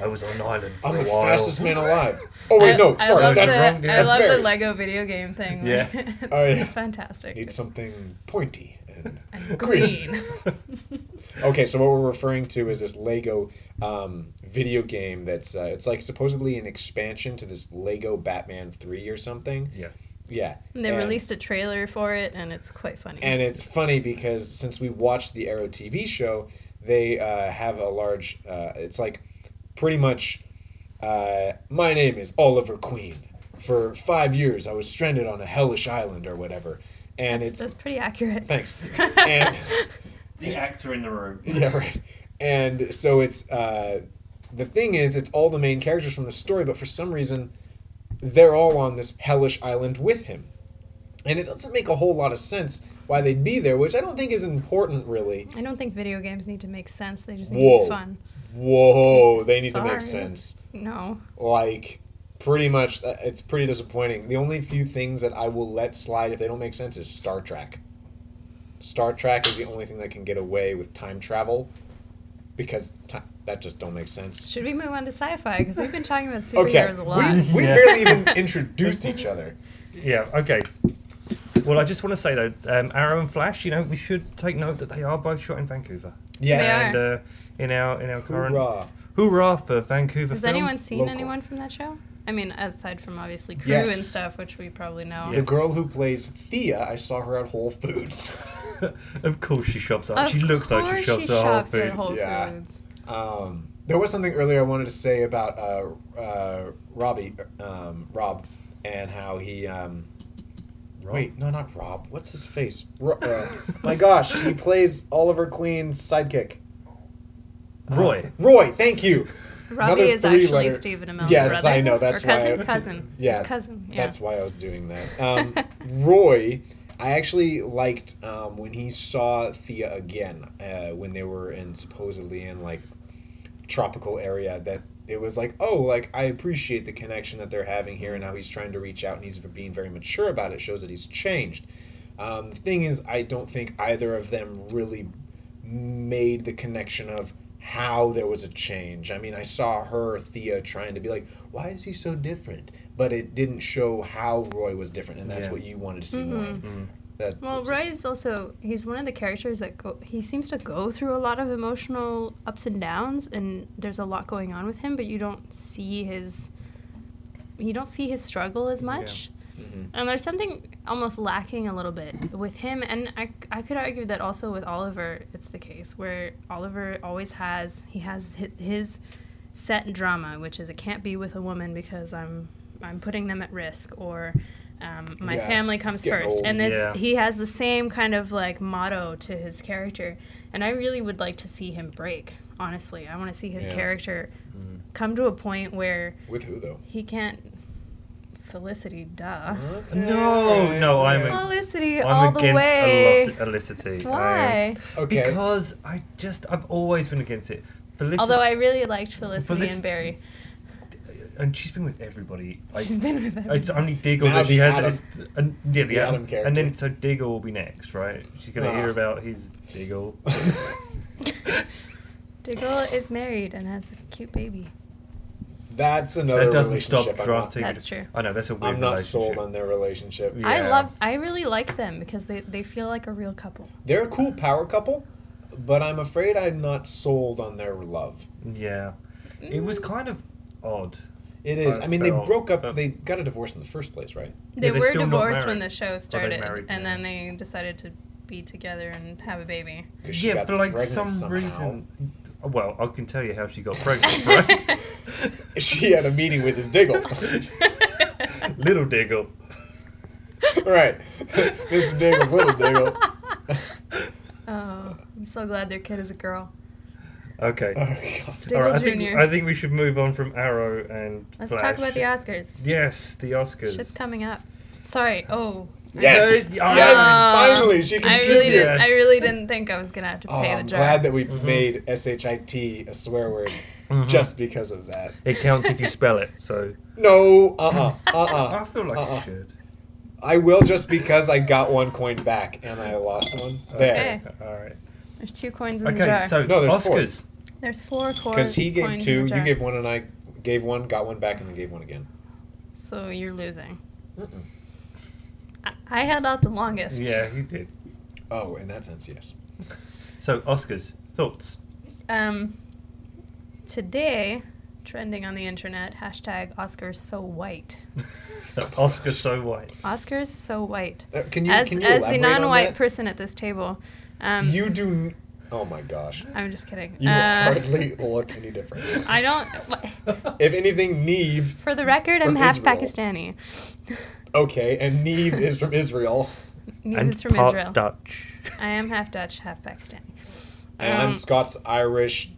A: I was on an island for
C: I'm
A: a
C: the
A: while.
C: fastest man alive. Oh wait,
B: I-
C: no,
B: I
C: sorry,
B: love
C: that's
B: the,
C: wrong.
B: I
C: That's
B: love
C: Barry.
B: the Lego video game thing.
A: Yeah.
C: Oh, yeah.
B: it's fantastic.
C: Need something pointy and
B: And green.
C: Okay, so what we're referring to is this Lego um, video game that's uh, it's like supposedly an expansion to this Lego Batman Three or something.
A: Yeah.
C: Yeah,
B: And they released a trailer for it, and it's quite funny.
C: And it's funny because since we watched the Arrow TV show, they uh, have a large. Uh, it's like pretty much. Uh, my name is Oliver Queen. For five years, I was stranded on a hellish island or whatever, and
B: that's,
C: it's
B: that's pretty accurate.
C: thanks. And
E: The actor in the room.
C: yeah, right. And so it's uh, the thing is, it's all the main characters from the story, but for some reason, they're all on this hellish island with him, and it doesn't make a whole lot of sense why they'd be there, which I don't think is important really.
B: I don't think video games need to make sense. They just need to
C: Whoa.
B: be fun.
C: Whoa, they need to
B: Sorry.
C: make sense.
B: No.
C: Like, pretty much, uh, it's pretty disappointing. The only few things that I will let slide if they don't make sense is Star Trek. Star Trek is the only thing that can get away with time travel because ti that just don't make sense.
B: Should we move on to sci-fi? Because we've been talking about
C: Okay,
B: superheroes a lot.
C: we, we
A: Yeah.
C: barely even introduced each other.
A: Yeah, okay. Well, I just want to say though, um, Arrow and Flash, you know, we should take note that they are both shot in Vancouver.
C: Yes.
B: They are.
A: And uh, in our in our current
C: Hoorah.
A: Hoorah for Vancouver.
B: Has
A: film.
B: anyone seen
C: local.
B: anyone from that show? I mean, aside from obviously crew
C: Yes.
B: and stuff, which we probably know.
C: The girl who plays Thea, I saw her at Whole Foods.
A: of course she shops up.
B: Of
A: she looks like she
B: course
A: shops, at, Whole Foods.
B: at Whole
C: Yeah.
B: Foods.
C: Um, there was something earlier I wanted to say about uh, uh, Robbie, um, Rob, and how he. Um,
A: Rob?
C: Wait, no, not Rob. What's his face? Ro- uh, my gosh, he plays Oliver Queen's sidekick.
A: Roy.
C: Roy, thank you.
B: Robbie
C: Another
B: is actually
C: three-letter-
B: Stephen Amell's
C: Yes,
B: brother.
C: I know, that's
B: or cousin,
C: why I-
B: cousin.
C: Yeah,
B: His cousin. Yeah.
C: That's why I was doing that. Um, Roy, I actually liked um, when he saw Thea again uh, when they were in supposedly in like tropical area that it was like oh like I appreciate the connection that they're having here and how he's trying to reach out and he's being very mature about it shows that he's changed. Um, the thing is, I don't think either of them really made the connection of how there was a change. I mean, I saw her, Thea, trying to be like, why is he so different? But it didn't show how Roy was different, and that's
A: Yeah. Mm-hmm.
C: what you wanted to see more of. That,
B: Well, Roy is also he's one of the characters that go, he seems to go through a lot of emotional ups and downs, and there's a lot going on with him, but you don't see his you don't see his struggle as much.
C: Mhm.
B: And there's something almost lacking a little bit with him, and I, I could argue that also with Oliver, it's the case where Oliver always has he has hi- his set drama, which is I can't be with a woman because I'm I'm putting them at risk, or um, my
C: Yeah,
B: family comes
C: it's getting
B: first,
C: old.
B: and this
A: Yeah.
B: he has the same kind of like motto to his character, and I really would like to see him break. Honestly, I want to see his
C: Yeah.
B: character come to a point where
C: With who, though?
B: he can't. Felicity, duh.
A: Uh,
C: Mm-hmm.
A: No, no, I'm a-
B: Felicity all
A: I'm
B: the
A: against
B: way.
A: illici- illicity. I am.
B: Why?
C: Okay.
A: Because I just I've always been against it. Felicity,
B: Although I really liked Felicity
A: Felici-
B: and Barry.
A: and she's been with everybody. Like,
B: She's been with everybody.
A: it's only Diggle
C: Now
A: that she
C: the
A: has.
C: Adam.
A: as- and, yeah, the,
C: The
A: Adam.
C: Adam character.
A: And then so Diggle will be next, right? She's gonna
C: Ah.
A: hear about his Diggle.
B: Diggle is married and has a cute baby.
C: That's another
A: that doesn't
C: relationship.
A: stop
C: I'm
A: drafting.
B: That's true.
A: I know that's a
C: Not,
A: weird.
C: I'm not
A: relationship.
C: sold on their relationship.
A: Yeah.
B: I love. I really like them because they, they feel like a real couple.
C: They're a cool power couple, but I'm afraid I'm not sold on their love.
A: Yeah, it
B: Mm.
A: was kind of odd.
C: It is.
A: I
C: I mean, they
A: felt-
C: broke up.
A: but-
C: They got a divorce in the first place, right?
B: They
A: they're
B: were
A: still not
B: divorced when
A: married.
B: the show started,
A: married
B: and
A: now.
B: then they decided to be together and have a baby.
C: 'Cause she
A: yeah,
C: got
A: but like
C: pregnant
A: some
C: somehow.
A: reason. Well, I can tell you how she got pregnant, right?
C: she had a meeting with his diggle.
A: Little Diggle.
C: right, Mr. Diggle, little Diggle.
B: Oh, I'm so glad their kid is a girl.
A: Okay.
C: Oh God.
B: Diggle
A: I think,
B: Jr..
A: I think we should move on from Arrow and
B: Let's
A: Flash.
B: talk about the Oscars.
A: Yes, the Oscars.
B: Shit's coming up. Sorry. Oh. Um,
C: Yes,
A: Uh,
C: yes, finally, she
B: I
C: contributes.
B: really did. not I
A: Yes.
B: really didn't think I was gonna have to
C: Oh,
B: pay
C: I'm
B: the jar.
C: glad that we
A: Mhm.
C: made shit a swear word
A: Mhm.
C: just because of that.
A: It counts if you spell it, so.
C: No, uh, uh-uh, uh,
A: I feel like
C: uh-uh.
A: it should.
C: I will just because I got one coin back and I lost one. There,
A: Okay. All right.
B: There's two coins in the
A: Okay,
B: jar.
A: so
C: No, there's four.
A: Oscars.
B: There's four cor- coins.
C: because he gave
B: in
C: two,
B: the jar.
C: you gave one, and I gave one, got one back, and then gave one again.
B: So you're losing.
C: Mm-mm.
B: I, I held out the longest.
A: Yeah, you did.
C: Oh, in that sense, yes.
A: So, Oscars. Thoughts?
B: Um, today, trending on the internet, hashtag Oscars so white.
A: The Oscars so white.
B: Oscars so white.
C: Uh, can you
B: as
C: can you
B: as the
C: elaborate on
B: non-white
C: that?
B: person at this table, um,
C: you do. n- Oh my gosh,
B: I'm just kidding.
C: you
B: Uh,
C: hardly look any different.
B: I don't.
C: If anything, Neve.
B: For the record,
C: From
B: I'm half
C: Israel.
B: Pakistani.
C: Okay, and Neve is from Israel,
B: Neve is from
A: part
B: Israel.
A: Dutch.
B: I am half Dutch, half Pakistani.
C: and
B: Um,
C: I'm Scots, Irish,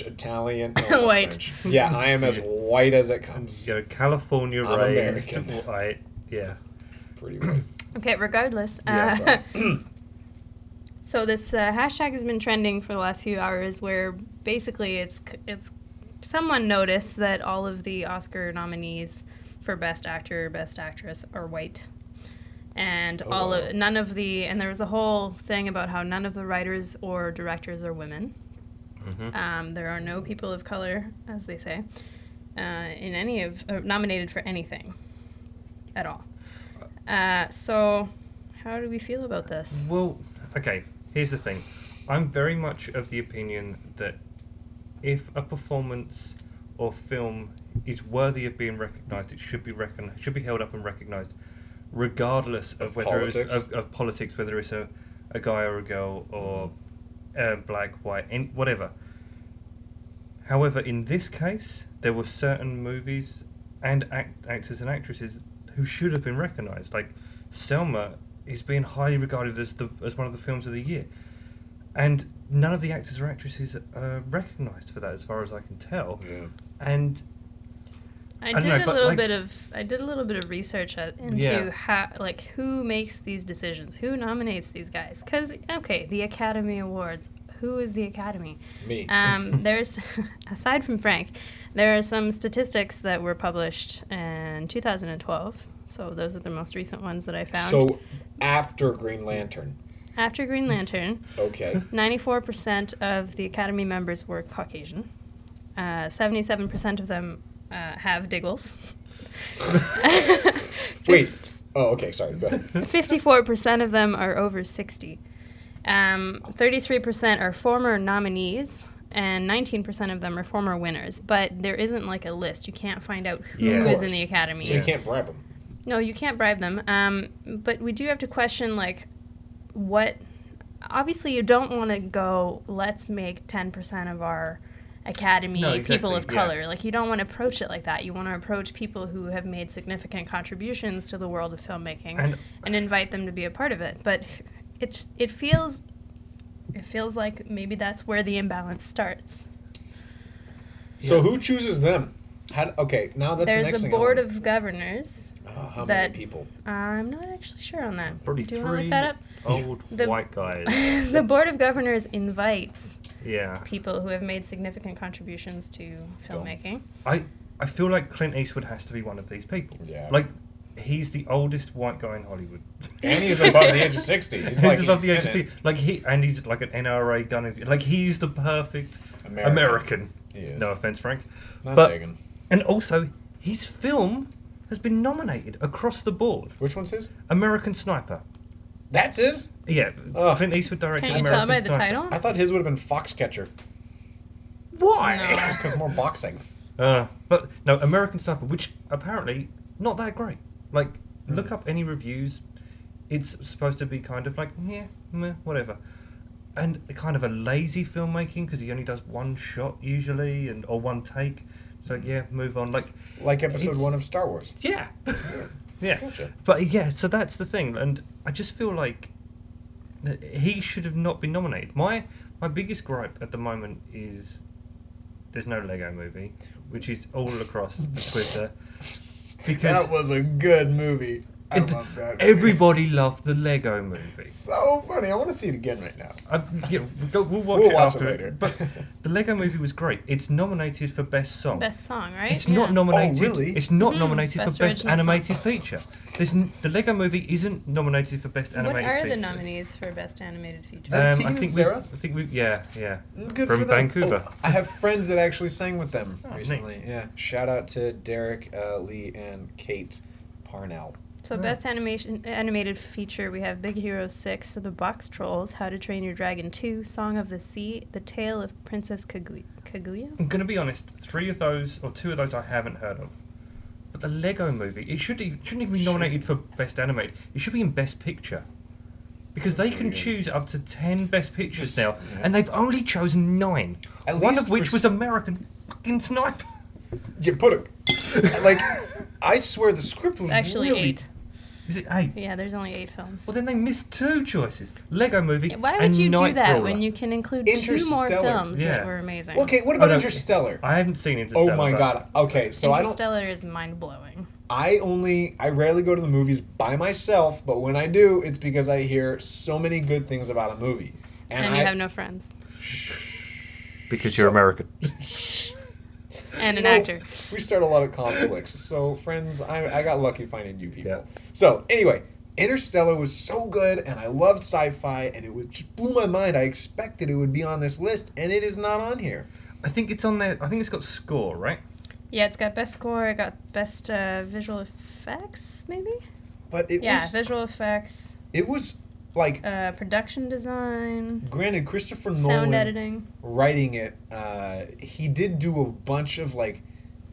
C: Italian, oh, not
B: White.
C: French. Yeah, I am as white as it comes.
A: So, California
C: I'm
A: raised.
C: American.
A: White. Yeah.
C: Pretty white.
B: Okay, regardless.
A: Yeah,
B: uh, so this uh, hashtag has been trending for the last few hours, where basically it's c- it's someone noticed that all of the Oscar nominees for Best Actor, Best Actress are white, and
C: Oh,
B: all
C: wow.
B: of, none of the and there was a whole thing about how none of the writers or directors are women.
A: hmm
B: Um, there are no people of color, as they say, uh, in any of uh, nominated for anything at all. Uh, so, how do we feel about this?
A: Well, okay, here's the thing. I'm very much of the opinion that if a performance or film is worthy of being recognised, it should be recon- should be held up and recognised, regardless of,
C: Of
A: whether it's
C: politics?
A: of, of politics, whether it's a, a guy or a girl or uh, black, white, and whatever. However, in this case, there were certain movies and act- actors and actresses who should have been recognised. Like Selma is being highly regarded as the as one of the films of the year, and none of the actors or actresses are recognised for that, as far as I can tell.
C: Yeah.
A: And
B: I
A: I don't
B: did
A: know,
B: a
A: but,
B: little
A: like-
B: bit of I did a little bit of research at, into
A: Yeah.
B: how like who makes these decisions, who nominates these guys? Because okay, the Academy Awards. Who is the Academy?
C: Me.
B: Um, there's, aside from Frank, there are some statistics that were published in 2012. So those are the most recent ones that I found.
C: So after Green Lantern.
B: After Green Lantern,
C: Okay.
B: 94% of the Academy members were Caucasian. Uh, 77% of them uh, have diggles.
C: Wait. Oh, okay. Sorry. Go ahead.
B: 54% of them are over 60. Um, 33% are former nominees, and 19% of them are former winners. But there isn't like a list. You can't find out who is
A: Yeah. Of
B: in the
C: course.
B: academy.
C: So you can't bribe them.
B: No, you can't bribe them. Um, but we do have to question, like, what. Obviously, you don't want to go, let's make 10% of our academy
A: No, exactly,
B: people of
A: yeah.
B: color. Like, you don't want to approach it like that. You want to approach people who have made significant contributions to the world of filmmaking
A: and
B: and invite them to be a part of it. But it it feels it feels like maybe that's where the imbalance starts.
C: So
A: Yeah.
C: who chooses them? How, d- okay. Now that's the
B: There's
C: next
B: a
C: thing I
B: board
C: want-
B: of governors.
C: Oh, how
B: that-
C: many people?
B: I'm not actually sure on that.
A: Probably
B: Do you want to
A: three.
B: look that up?
A: old
B: The-
A: white guys.
B: the board of governors invites
A: Yeah,
B: people who have made significant contributions to filmmaking.
A: I I feel like Clint Eastwood has to be one of these people.
C: Yeah.
A: Like, he's the oldest white guy in Hollywood.
C: And he's above the age of 60. He's,
A: He's,
C: like
A: above the age of
C: infinite.
A: sixty. Like he, and he's like an NRA gun. is- Like he's the perfect
C: American.
A: American.
C: He is.
A: No offense, Frank.
C: Not
A: but
C: taken.
A: and also, his film has been nominated across the board.
C: Which one's his?
A: American Sniper.
C: That's his?
A: Yeah,
C: Ugh.
A: Clint Eastwood directed
B: Can you
A: American
B: tell by the
A: Sniper.
B: title?
C: I thought his would have been Foxcatcher.
B: No.
A: Why?
C: Just because more boxing.
A: Uh, but no, American Sniper, which apparently not that great. Like,
C: Hmm.
A: look up any reviews. It's supposed to be kind of like yeah, meh, whatever, and kind of a lazy filmmaking because he only does one shot usually and or one take. So yeah, move on. Like,
C: Like episode
A: It's-
C: one of Star Wars.
A: yeah, yeah.
C: Gotcha.
A: But yeah, so that's the thing, and I just feel like that he should have not been nominated. My my biggest gripe at the moment is there's no Lego Movie, which is all across Twitter because
C: that was a good movie. I
A: it-
C: love that. movie.
A: everybody loved the Lego Movie.
C: So funny. I want to see it again right now.
A: I, yeah, we'll, go, we'll watch
C: We'll
A: it
C: watch it
A: after
C: later.
A: But the Lego Movie was great. It's nominated for best song.
B: Best song, right?
A: It's
B: Yeah.
A: not nominated.
C: Oh, really?
A: It's not
B: Mhm.
A: nominated
B: Best
A: for best
B: original song.
A: animated feature. There's n- the Lego Movie isn't nominated for best
B: What
A: animated.
B: are the
A: feature.
B: nominees for best animated feature?
C: that
A: Um,
C: Tegan
A: I
C: and
A: think we. I
C: Sarah?
A: think we. Yeah, yeah.
C: Good
A: From
C: for them.
A: Vancouver.
C: Oh, I have friends that actually sang with them
A: Oh, neat.
C: recently. Yeah. Shout out to Derek uh, Lee and Kate Parnell.
B: So best animation animated feature we have Big Hero 6, The Box Trolls, How to Train Your Dragon 2, Song of the Sea, The Tale of Princess Kagu- Kaguya.
A: I'm gonna be honest. Three of those, or two of those, I haven't heard of. But the Lego Movie, it should e- shouldn't even be nominated for best animated. It should be in best picture. Because they can
C: Yeah.
A: choose up to ten best pictures
C: Just-
A: now,
C: yeah.
A: and they've only chosen nine.
C: At
A: One
C: least
A: of which
C: for
A: was
C: s-
A: American fucking sniper.
C: You put a like. I swear the script was
B: It's actually
C: really-
B: 8.
A: Is it eight?
B: Yeah, there's only 8 films.
A: Well, then they missed two choices: Lego Movie.
B: Yeah, Why
A: and
B: would you do that
A: Nightcrawler.
B: when you can include two more
C: Interstellar.
B: films
A: Yeah.
B: that were amazing?
C: Okay, what
A: Oh,
C: about
A: no.
C: Interstellar?
A: I haven't seen Interstellar.
C: Oh my
A: but-
C: god. Okay, so I don't.
B: Interstellar is mind blowing.
C: I only I rarely go to the movies by myself, but when I do, it's because I hear so many good things about a movie.
B: And,
C: And, I
B: you have no friends.
A: Because
C: you're
A: American.
B: And an
C: No,
B: actor.
C: We start a lot of conflicts. So, friends, I, I got lucky finding you people.
A: Yeah.
C: So, anyway, Interstellar was so good, and I love sci fi, and it was, just blew my mind. I expected it would be on this list, and it is not on here.
A: I think it's on there. I think it's got score, right?
B: Yeah, it's got best score, it got best uh, visual effects, maybe?
C: But it
B: yeah,
C: was
B: visual effects,
C: it was like,
B: uh, production design,
C: granted, Christopher
B: sound
C: Nolan
B: editing.
C: writing it, uh, he did do a bunch of like,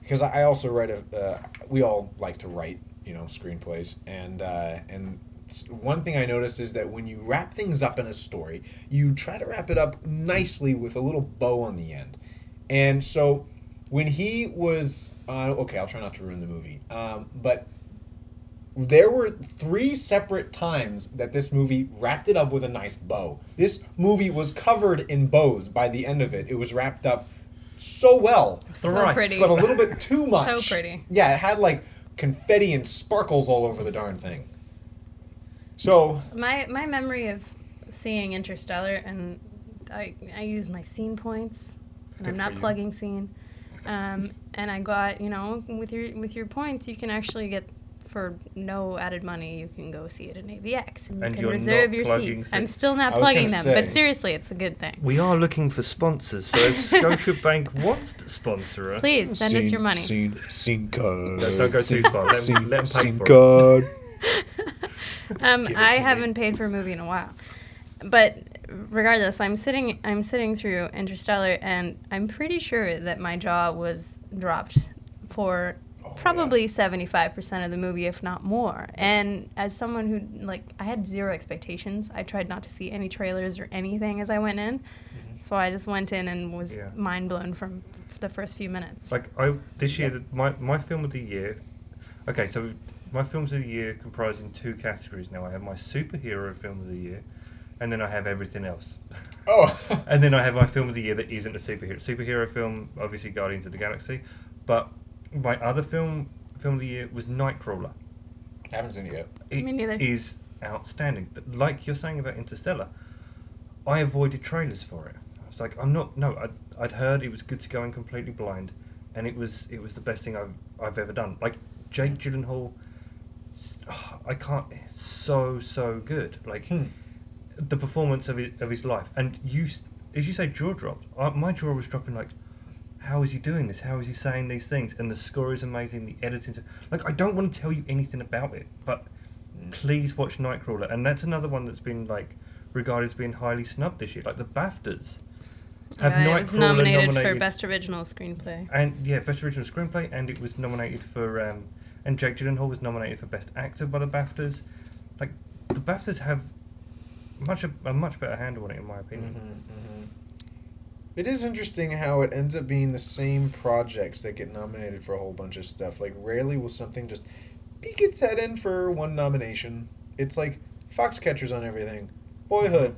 C: because I also write a. Uh, we all like to write, you know, screenplays, and uh, and s- one thing I noticed is that when you wrap things up in a story, you try to wrap it up nicely with a little bow on the end, and so when he was uh, okay, I'll try not to ruin the movie, um, but. There were three separate times that this movie wrapped it up with a nice bow. This movie was covered in bows by the end of it. It was wrapped up so well,
B: So
A: rice.
B: pretty.
C: but a little bit too much.
B: So pretty.
C: Yeah, it had like confetti and sparkles all over the darn thing. So
B: My my memory of seeing Interstellar and I I used my scene points and
A: Good
B: I'm
A: for
B: not
A: you.
B: plugging scene. Um, and I got, you know, with your with your points you can actually get for no added money you can go see it in AVX and you
A: And
B: can
A: you're
B: reserve
A: not
B: your
A: plugging
B: seats.
A: se-
B: I'm still not
C: I was
B: plugging
C: gonna
B: them, but
C: say.
B: seriously it's a good thing.
A: We are looking for sponsors, so if Scotiabank wants to sponsor us,
B: Please send us your money.
C: Scene, scene code.
A: Don't- don't go too
C: Scene-
A: far. Let 'em-
C: scene-
A: let 'em pay
C: scene
A: for it.
C: code.
A: uh,
B: um,
C: Give it
B: I
C: to me.
B: haven't paid for a movie in a while, but regardless, I'm sitting I'm sitting through Interstellar, and I'm pretty sure that my jaw was dropped for
C: Oh,
B: probably 75% of the movie, if not more. And as someone who like I had zero expectations, I tried not to see any trailers or anything as I went in.
C: Mm-hmm.
B: So I just went in and was
A: Yeah.
B: mind blown from f- the first few minutes.
A: Like I this year, the- my my film of the year. Okay, so my films of the year comprising two categories now. I have my superhero film of the year, and then I have everything else.
C: Oh.
A: and then I have my film of the year that isn't a superhero superhero film. Obviously, Guardians of the Galaxy, but my other film film of the year was Nightcrawler.
C: I haven't seen it yet.
A: It
B: Me neither.
A: is outstanding. Th- Like you're saying about Interstellar, I avoided trailers for it. I was like, I'm not. No, I'd, I'd heard it was good to go in completely blind, and it was it was the best thing I've I've ever done. Like Jake Gyllenhaal, s- I can't. So so good. Like
C: Hmm.
A: the performance of his, of his life, and you s- as you say, jaw dropped. I, my jaw was dropping. Like, how is he doing this? How is he saying these things? And the score is amazing. The editing. Like, I don't want to tell you anything about it, but please watch Nightcrawler. And that's another one that's been like regarded as being highly snubbed this year. Like the BAFTAs have
B: Yeah,
A: Nightcrawler
B: it was nominated, for
A: nominated-
B: best original screenplay.
A: and yeah, best original screenplay, and it was nominated for um, and Jake Gyllenhaal was nominated for best actor by the BAFTAs. Like the BAFTAs have much a, a much better handle on it, in my opinion.
C: Mm-hmm. It is interesting how it ends up being the same projects that get nominated for a whole bunch of stuff. Like rarely will something just peek its head in for one nomination. It's like Foxcatcher's on everything, Boyhood,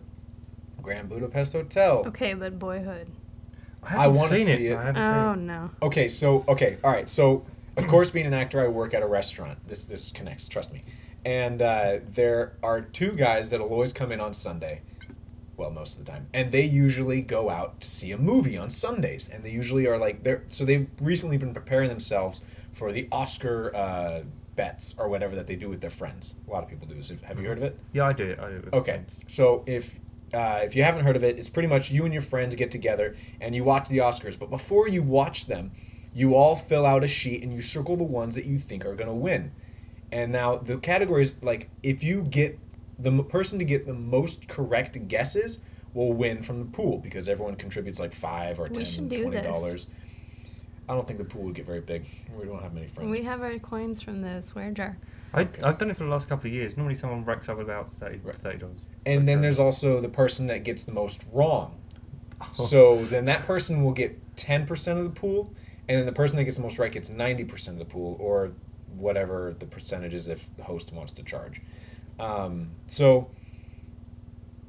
C: Grand Budapest Hotel.
B: Mm-hmm. Okay, but Boyhood.
A: I
C: I
A: haven't
C: wanna
A: seen it.
C: see it.
A: I haven't
B: Oh
A: seen it.
B: no.
C: Okay, so okay, all right. So, of course, being an actor, I work at a restaurant. This this connects. Trust me. And uh, there are two guys that'll always come in on Sunday. Well, most of the time, and they usually go out to see a movie on Sundays, and they usually are like they're so they've recently been preparing themselves for the Oscar uh, bets or whatever that they do with their friends. A lot of people do. this. Have you heard of it?
A: Yeah, I do it. I do it. with
C: Okay,
A: friends.
C: so if uh, if you haven't heard of it, it's pretty much you and your friends get together and you watch the Oscars. But before you watch them, you all fill out a sheet and you circle the ones that you think are going to win. And now the categories like if you get the m- person to get the most correct guesses will win from the pool because everyone contributes like five or
B: We
C: ten
B: should
C: and
B: do
C: twenty
B: this.
C: dollars. I don't think the pool would get very big. We don't have many friends.
B: We have our coins from the swear jar.
A: I,
C: Okay.
A: I've done it for the last couple of years. Normally, someone racks up about thirty
C: Right.
A: thirty dollars.
C: and then there's also the person that gets the most wrong.
A: Oh.
C: So then that person will get 10% of the pool, and then the person that gets the most right gets 90% of the pool, or whatever the percentage is if the host wants to charge. Um, so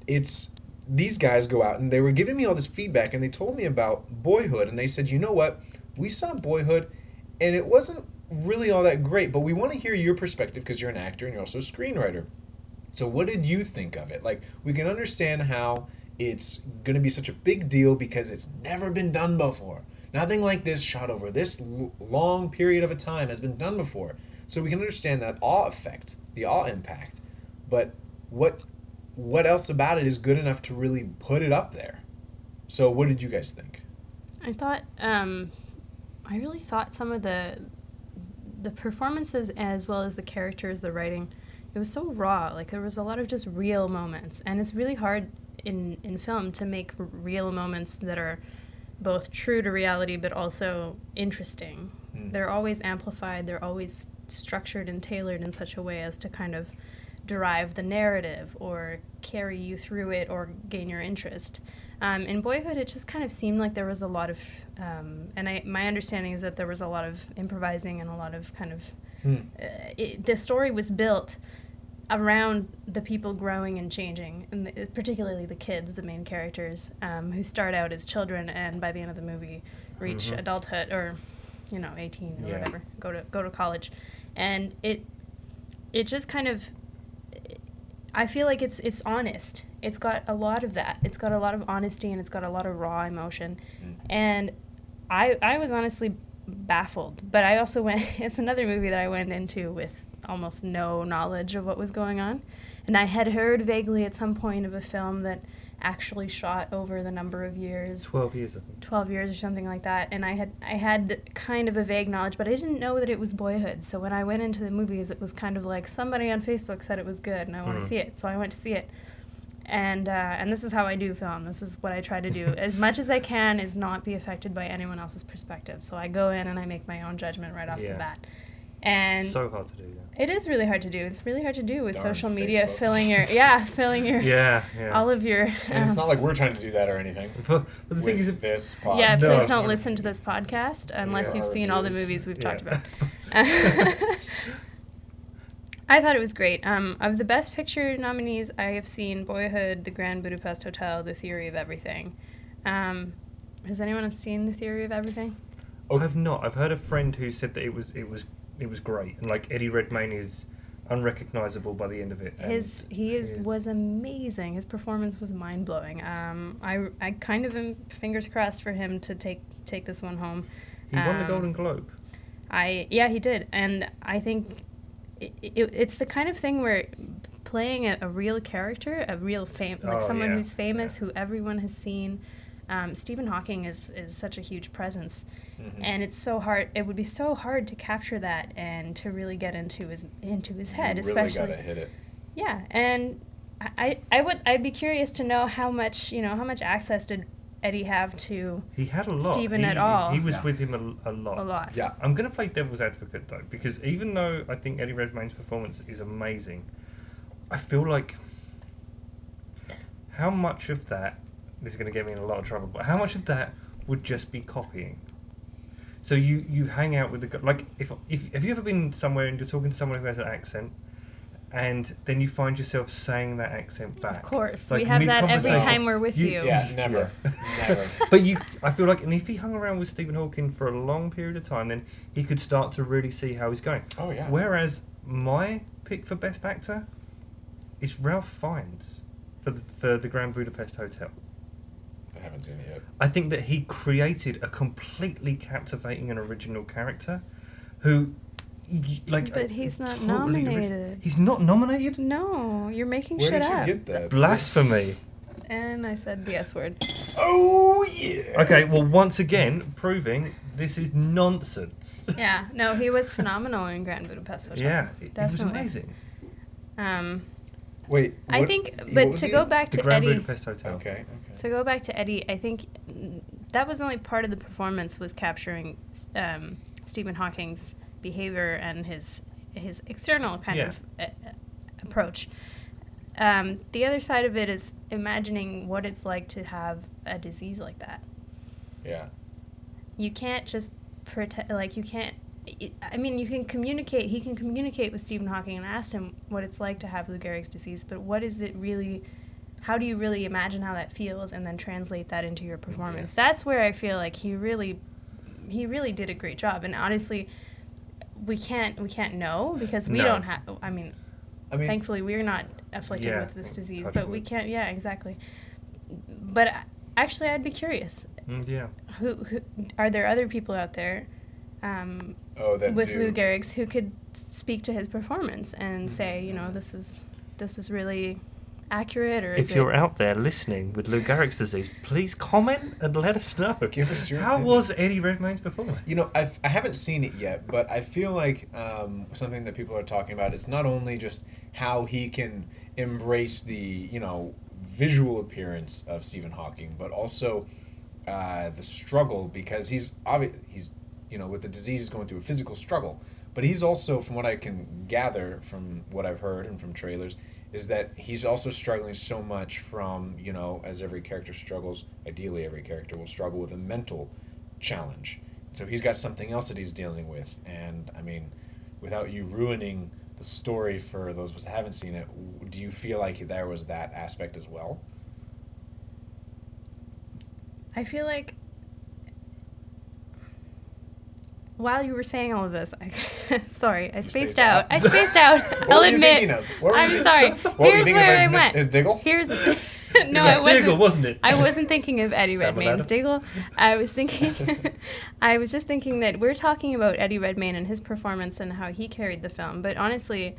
C: it's these guys go out and they were giving me all this feedback and they told me about boyhood and they said you know what we saw boyhood and it wasn't really all that great but we want to hear your perspective because you're an actor and you're also a screenwriter so what did you think of it? Like we can understand how it's going to be such a big deal because it's never been done before. Nothing like this shot over this l- long period of a time has been done before. So we can understand that awe effect, the awe impact. But what what else about it is good enough to really put it up there? So what did you guys think?
B: I thought um, I really thought some of the the performances as well as the characters, the writing, it was so raw. Like there was a lot of just real moments, and it's really hard in in film to make r- real moments that are both true to reality but also interesting.
C: Mm.
B: They're always amplified. They're always structured and tailored in such a way as to kind of derive the narrative or carry you through it or gain your interest. Um, in Boyhood, it just kind of seemed like there was a lot of, um, and I, my understanding is that there was a lot of improvising and a lot of kind of,
C: Hmm.
B: uh, it, the story was built around the people growing and changing, and the, particularly the kids, the main characters, um, who start out as children and by the end of the movie reach
A: Mhm.
B: adulthood or, you know, 18 or
A: Yeah.
B: whatever, go to go to college, and it, it just kind of I feel like it's it's honest. It's got a lot of that. It's got a lot of honesty and it's got a lot of raw emotion.
C: Mm.
B: And I I was honestly baffled, but I also went it's another movie that I went into with almost no knowledge of what was going on. And I had heard vaguely at some point of a film that actually shot over the number of years
A: Twelve years, I think.
B: 12 years or something like that and i had i had kind of a vague knowledge but i didn't know that it was boyhood so when i went into the movies it was kind of like somebody on facebook said it was good and i want
C: Hmm.
A: Mhm.
B: to see it so i went to see it and uh, and this is how i do film this is what i try to do as much as i can is not be affected by anyone else's perspective so i go in and i make my own judgment right off
A: Yeah.
B: the bat and
A: so hard to do. Yeah.
B: it is really hard to do it's really hard to do with
C: Darn
B: social media
C: Facebook.
B: filling your yeah filling your
A: Yeah, yeah.
B: all of your
C: And it's
B: um,
C: not like we're trying to do that or anything.
A: but, but the
C: with
A: thing is,
C: this pod.
B: yeah,
A: No,
B: please
A: it's
B: don't
A: not-
B: listen to this podcast unless
C: Yeah.
B: you've seen all the movies
C: Reviews.
B: we've talked
A: Yeah.
B: about. I thought it was great. Um, of the best picture nominees, I have seen Boyhood, The Grand Budapest Hotel, The Theory of Everything. Um, has anyone seen The Theory of Everything?
A: I've not. I've heard a friend who said that it was it was it was great, and like Eddie Redmayne is unrecognizable by the end of it. and-
B: His he is
A: yeah.
B: was amazing. His performance was mind blowing. Um, I I kind of am fingers crossed for him to take take this one home.
A: He won the
B: Um,
A: Golden Globe.
B: I yeah, he did, and I think it, it, it's the kind of thing where playing a, a real character, a real fame, like
A: Oh,
B: someone
A: yeah,
B: who's famous, who everyone has seen. Um, Stephen Hawking is is such a huge presence,
C: Mm-hmm.
B: and it's so hard. It would be so hard to capture that and to really get into his into his head,
C: you really
B: especially.
C: gotta hit it.
B: Yeah, and I- I, I would I'd be curious to know how much you know how much access did Eddie have to
A: He had a lot.
B: Stephen
A: he,
B: et al.
A: He was
E: Yeah.
A: with him a, a lot.
B: a lot.
C: Yeah.
A: I'm going to play devil's advocate though, because even though I think Eddie Redmayne's performance is amazing, I feel like how much of that this is going to get me in a lot of trouble, but how much of that would just be copying? So you you hang out with the gu- like if if have you ever been somewhere and you're talking to someone who has an accent? And then you find yourself saying that accent back.
B: course. We have that every
A: mid-conversation.
B: time we're with you.
C: Yeah, never. Never.
A: But you, I feel like, and if he hung around with Stephen Hawking for a long period of time, then he could start to really see how he's going.
C: Oh, yeah.
A: Whereas my pick for best actor is Ralph Fiennes for the, for the Grand Budapest Hotel.
C: I haven't seen it yet.
A: I think that he created a completely captivating and original character, who, y- like,
B: But he's not
A: ori-
B: nominated.
A: He's not nominated.
B: No, you're making
C: Where
B: shit
C: did you
B: up.
C: get that?
A: Blasphemy.
B: And I said the S word.
C: Oh yeah.
A: Okay, well, once again, proving this is nonsense.
B: Yeah, no, he was phenomenal in Grand Budapest Hotel.
A: Yeah, it, it was
B: um, Definitely.
A: amazing.
B: Um,
C: Wait.
B: I
C: what-
B: think,
C: what
B: but
C: was
B: to
C: it?
B: go back
A: The
B: to
A: Grand
B: Eddie,
A: Budapest Hotel.
C: Okay. Okay.
B: to go back to Eddie, I think mm, that was only part of the performance was capturing um, Stephen Hawking's behavior and his his external kind
A: Yeah.
B: of uh, approach. Um, the other side of it is imagining what it's like to have a disease like that.
C: Yeah.
B: you can't just pretend like you can't it- i mean you can communicate he can communicate with stephen hawking and asked him what it's like to have lou gehrig's disease but what is it really how do you really imagine how that feels and then translate that into your performance that's where i feel like he really he really did a great job and honestly we can't we can't know because we
A: No.
B: don't have i mean
C: I mean,
B: thankfully we're not afflicted
A: Yeah,
B: with this
A: thank-
B: disease
A: touch
B: but we
A: wood.
B: can't yeah exactly but I- actually i'd be curious
A: Mm, yeah.
B: who, who are there other people out there um,
C: oh, that
B: with
C: dude.
B: Lou Gehrig's who could s- speak to his performance and
C: Mm-hmm.
B: say, you know, this is this is really accurate or
A: If
B: is it
A: you're out there listening with Lou Gehrig's disease, please comment and let us know.
C: Give us your
A: How
C: opinion.
A: was Eddie Redmayne's performance?
C: You know, I've, I haven't seen it yet, but I feel like um, something that people are talking about is not only just how he can embrace the, you know, visual appearance of Stephen Hawking, but also uh, the struggle because he's obvi- he's, you know, with the disease, he's going through a physical struggle. But he's also, from what I can gather from what I've heard and from trailers, is that he's also struggling so much from, you know, as every character struggles, ideally every character will struggle with a mental challenge. So he's got something else that he's dealing with. And I mean, without you ruining the story for those of us that haven't seen it, w- do you feel like there was that aspect as well?
B: I feel like while you were saying all of this, I, sorry, I spaced,
C: spaced
B: out.
C: out.
B: I spaced out.
C: What
B: I'll
C: were you
B: admit.
C: thinking of? What were you
B: I'm
C: thinking-
B: sorry.
C: what were you
B: Here's
C: thinking
B: where
C: of
B: I
C: as Mis-
B: went.
C: as Diggle?
B: Here's the. no,
A: It was
B: I wasn't.
A: Diggle, wasn't it?
B: I wasn't thinking of Eddie
A: Something
B: Redmayne's
A: about
B: Diggle. I was thinking, I was just thinking that we're talking about Eddie Redmayne and his performance and how he carried the film. But honestly,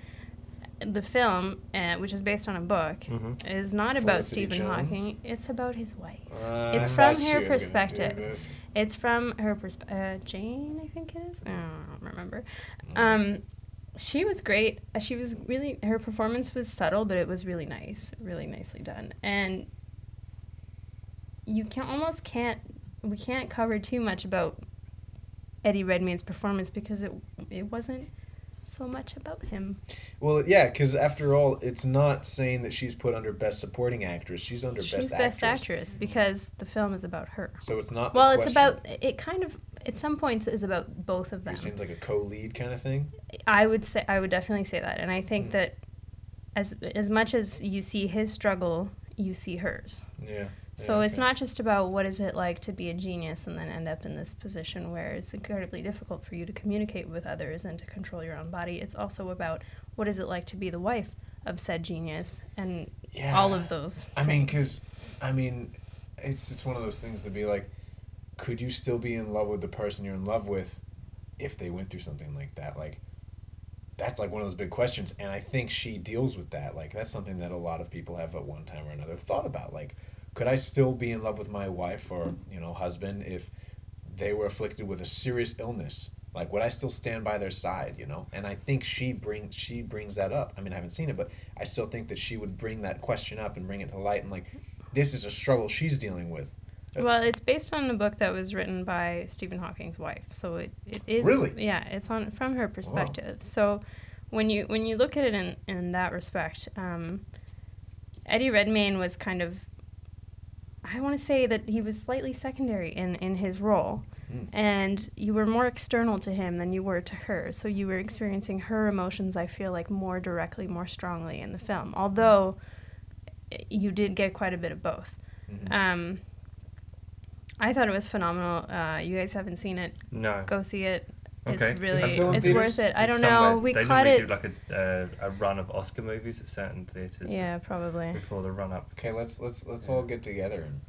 B: the film, uh, which is based on a book,
A: Mhm.
B: is not about
C: Hmm. Felicity
B: Stephen
C: Jones?
B: Hawking. It's about his wife.
C: Uh,
B: It's
C: I
B: from her
C: thought she was gonna do
B: perspective.
C: this.
B: It's from her perspective. Uh, Jane, I think it is. I don't remember.
C: Mm.
B: Um, she was great. Uh, She was really. Her performance was subtle, but it was really nice. Really nicely done. And you can almost can't. We can't cover too much about Eddie Redmayne's performance because it it wasn't so much about him.
C: Well, yeah, because after all, it's not saying that she's put under Best Supporting Actress. She's under
B: She's
C: Best,
B: best
C: Actress.
B: actress because the film is about her.
C: So it's not. a
B: Well, it's
C: question.
B: about it. Kind of at some points is about both of them.
C: It seems like a co-lead kind of thing.
B: I would say I would definitely say that, and I
C: Mm.
B: think that as as much as you see his struggle, you see hers.
C: Yeah.
B: So
C: Yeah,
B: it's
C: okay.
B: not just about what is it like to be a genius and then end up in this position where it's incredibly difficult for you to communicate with others and to control your own body. It's also about what is it like to be the wife of said genius and all
C: Yeah.
B: of those.
C: I mean,
B: things.
C: because I mean, it's it's one of those things to be like, could you still be in love with the person you're in love with if they went through something like that? Like, that's like one of those big questions. And I think she deals with that. Like, that's something that a lot of people have at one time or another thought about. Like, could I still be in love with my wife or, you know, husband if they were afflicted with a serious illness? Like, would I still stand by their side, you know? And I think she brings she brings that up. I mean, I haven't seen it, but I still think that she would bring that question up and bring it to light. And like, this is a struggle she's dealing with.
B: Well, it's based on a book that was written by Stephen Hawking's wife, so it, it is
C: Really?
B: yeah, it's on from her perspective. So when you when you look at it in in that respect, um, Eddie Redmayne was kind of I want to say that he was slightly secondary in in his role,
C: Mm.
B: and you were more external to him than you were to her. So you were experiencing her emotions. I feel like more directly, more strongly in the film, although eh, you did get quite a bit of both.
C: Mhm.
B: Um, I thought it was phenomenal. Uh, you guys haven't seen it?
A: No.
B: Go see it.
A: Okay. Is
B: It's
A: it
B: really
C: still in
B: it's
C: theaters?
B: worth it. I don't know.
A: Somewhere.
B: We
A: they
B: caught
A: normally
B: it.
A: do like a, uh, a run of Oscar movies at certain theatres
B: yeah, probably.
A: before the run up.
C: Okay, let's let's let's all get together and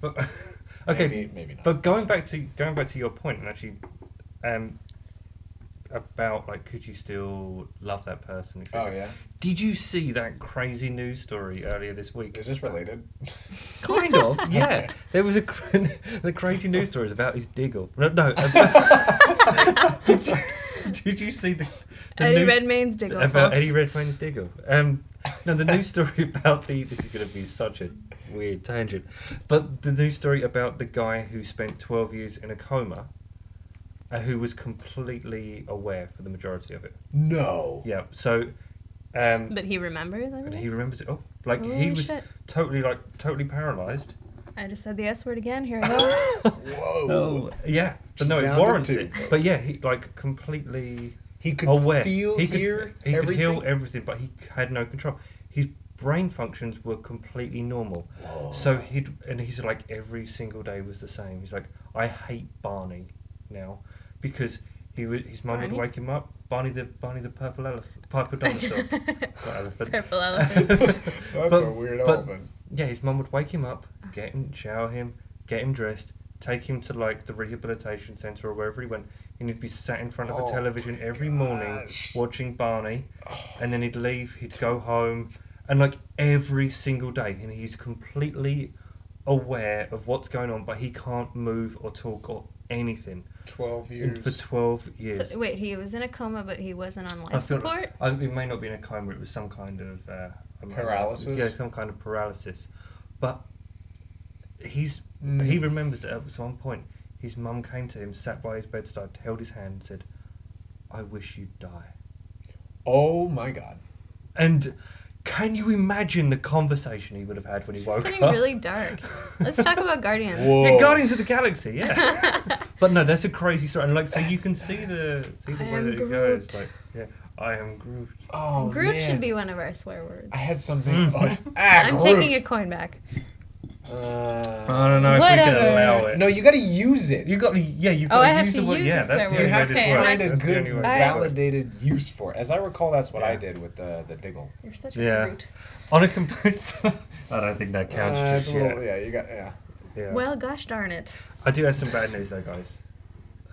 A: But, okay,
C: Maybe- maybe not.
A: But going back to going back to your point, and actually, um, about like, could you still love that person? etc.
C: Oh yeah.
A: Did you see that crazy news story earlier this week?
C: Is this related?
A: Kind of, yeah.
C: Okay.
A: There was a cr- the crazy news story is about his diggle. No, no. about- did, you, did you see the, the
B: Eddie
A: news
B: Redmayne's Diggle.
A: about
B: folks.
A: Eddie Redmayne's diggle? Um, no, the news story about the this is going to be such a weird tangent, but the news story about the guy who spent twelve years in a coma, uh, who was completely aware for the majority of it.
C: No.
A: Yeah, so. Um,
B: but he remembers
A: and
B: everything.
A: he remembers it all. Like he
B: Holy
A: was
B: shit.
A: totally like totally paralyzed.
B: I just said the S word again. Here I go.
C: Whoa.
A: Oh, Yeah, but
C: She's
A: no, it
C: down to
A: warrants
C: two,
A: it.
C: folks.
A: But yeah, he like completely
C: He could
A: aware.
C: feel,
A: he could,
C: hear,
A: he could
C: everything.
A: heal everything, but he had no control. His brain functions were completely normal.
C: Whoa.
A: So he'd and he's like every single day was the same. He's like, I hate Barney now because he would, his mum would
B: Barney?
A: wake him up. Barney the Barney the purple elephant, purple dinosaur. Not elephant.
B: Purple elephant.
C: That's
A: But-
C: a weird
A: but-
C: element.
A: Yeah, his mum would wake him up, get him, shower him, get him dressed, take him to like the rehabilitation centre or wherever he went, and he'd be sat in front of
C: Oh
A: a television
C: my
A: every morning
C: gosh. Oh.
A: watching Barney, and then he'd leave, he'd go home, and like every single day, and he's completely aware of what's going on, but he can't move or talk or anything
C: Twelve years.
A: and for 12 years.
B: so, wait, he was in a coma, but he wasn't on
A: I
B: life
A: feel
B: support.
A: I, it may not be in a coma. It was some kind of uh, I'm-
C: Paralysis?
A: Yeah, some kind of paralysis. But he's
C: Mm.
A: he remembers that at some point his mum came to him, sat by his bedside, held his hand, and said, "I wish you'd die."
C: oh my god.
A: And can you imagine the conversation he would have had when he
B: This
A: woke
B: is getting
A: up?
B: really dark. Let's talk about Guardians.
C: Whoa.
A: Yeah, Guardians of the Galaxy, yeah. but no, that's a crazy story. And like, so you
C: That's-
A: can see the see the
B: I
A: way
B: am
A: that it goes.
B: Groot.
A: Like, yeah, I am Groot.
C: Oh
B: Groot
C: man.
B: should be one of our swear words.
C: I had something.
A: Mm.
C: Oh, ah,
B: I'm
C: Groot.
B: taking a coin back.
C: Uh,
A: I don't know if we can
B: Whatever.
A: allow it.
C: no, you got to use it.
A: You got to, yeah, you
B: Oh,
A: got
B: I
A: to
B: have
A: use
B: to
A: the word.
B: use
A: yeah,
B: this
A: that's
B: swear
A: the
C: you
A: only
B: word.
A: way
C: have
A: this
B: Okay,
A: works.
C: to find a
A: That's the
C: good
A: only way
B: I-
A: this works.
C: validated use for it. As I recall, that's what I
A: Yeah.
C: did with the the diggle.
B: You're such a
A: Yeah.
B: Groot.
A: On a complete. I don't think that counts
C: Uh, it's
A: just
C: a little-
A: yet.
C: yeah, you got yeah.
A: Yeah.
B: Well, gosh darn it.
A: I do have some bad news though, guys,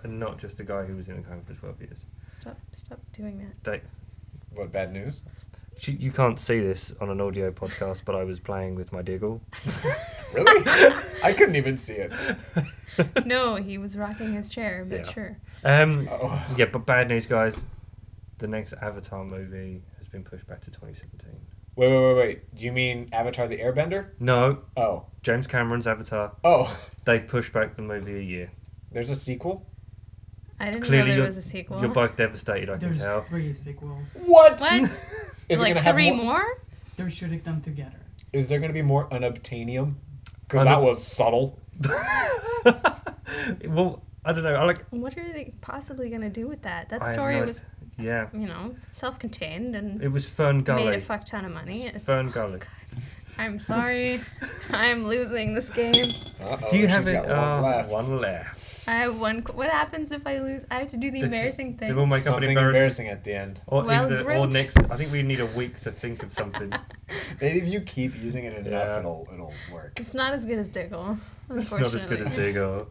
A: and not just the guy who was in a coma for twelve years.
B: Stop, stop doing that.
A: They,
C: What bad news?
A: you, you can't see this on an audio podcast, but I was playing with my diggle.
C: Really? I couldn't even see it.
B: No, he was rocking his chair, but
A: Yeah.
B: sure.
A: Um,
C: Uh-oh.
A: yeah, but bad news, guys. The next Avatar movie has been pushed back to 2017.
C: Wait, wait, wait, wait. Do you mean Avatar the Airbender?
A: No,
C: Oh.
A: James Cameron's Avatar.
C: Oh.
A: They've pushed back the movie a year.
C: There's a sequel?
B: I didn't
A: Clearly,
B: know there
A: you're,
B: was a sequel.
A: you're both devastated. I can
D: There's
A: tell.
D: three sequels.
C: What?
B: What?
C: Is it
B: like
C: gonna have
B: three
C: more-
B: more?
D: They're shooting them together.
C: Is there going to be more unobtainium? Because
A: Unob-
C: that was subtle.
A: well, I don't know. I like.
B: What are they possibly going to do with that? That
A: I have
B: story
A: no-
B: was,
A: Yeah,
B: you know, self contained and
A: it was Fern
B: made a
A: Gully.
B: fuck ton of money. It's-
A: Fern Gully.
B: I'm sorry. I'm losing this game.
C: Uh-oh,
A: Do you have
C: she's
A: it? oh,
C: got one left.
A: one left.
B: I have one. qu- What happens if I lose? I have to do the
A: They-
B: embarrassing
A: they
B: thing.
A: will make- up an
C: Something
A: embarrassing-
C: embarrassing at the end.
A: Or
B: Well,
A: either, or
B: Groot.
A: next. I think we need a week to think of something.
C: Maybe if you keep using it enough,
A: Yeah.
C: it'll it'll work.
B: It's not as good as Diggle.
A: it's not as good as
B: unfortunately.
A: Diggle.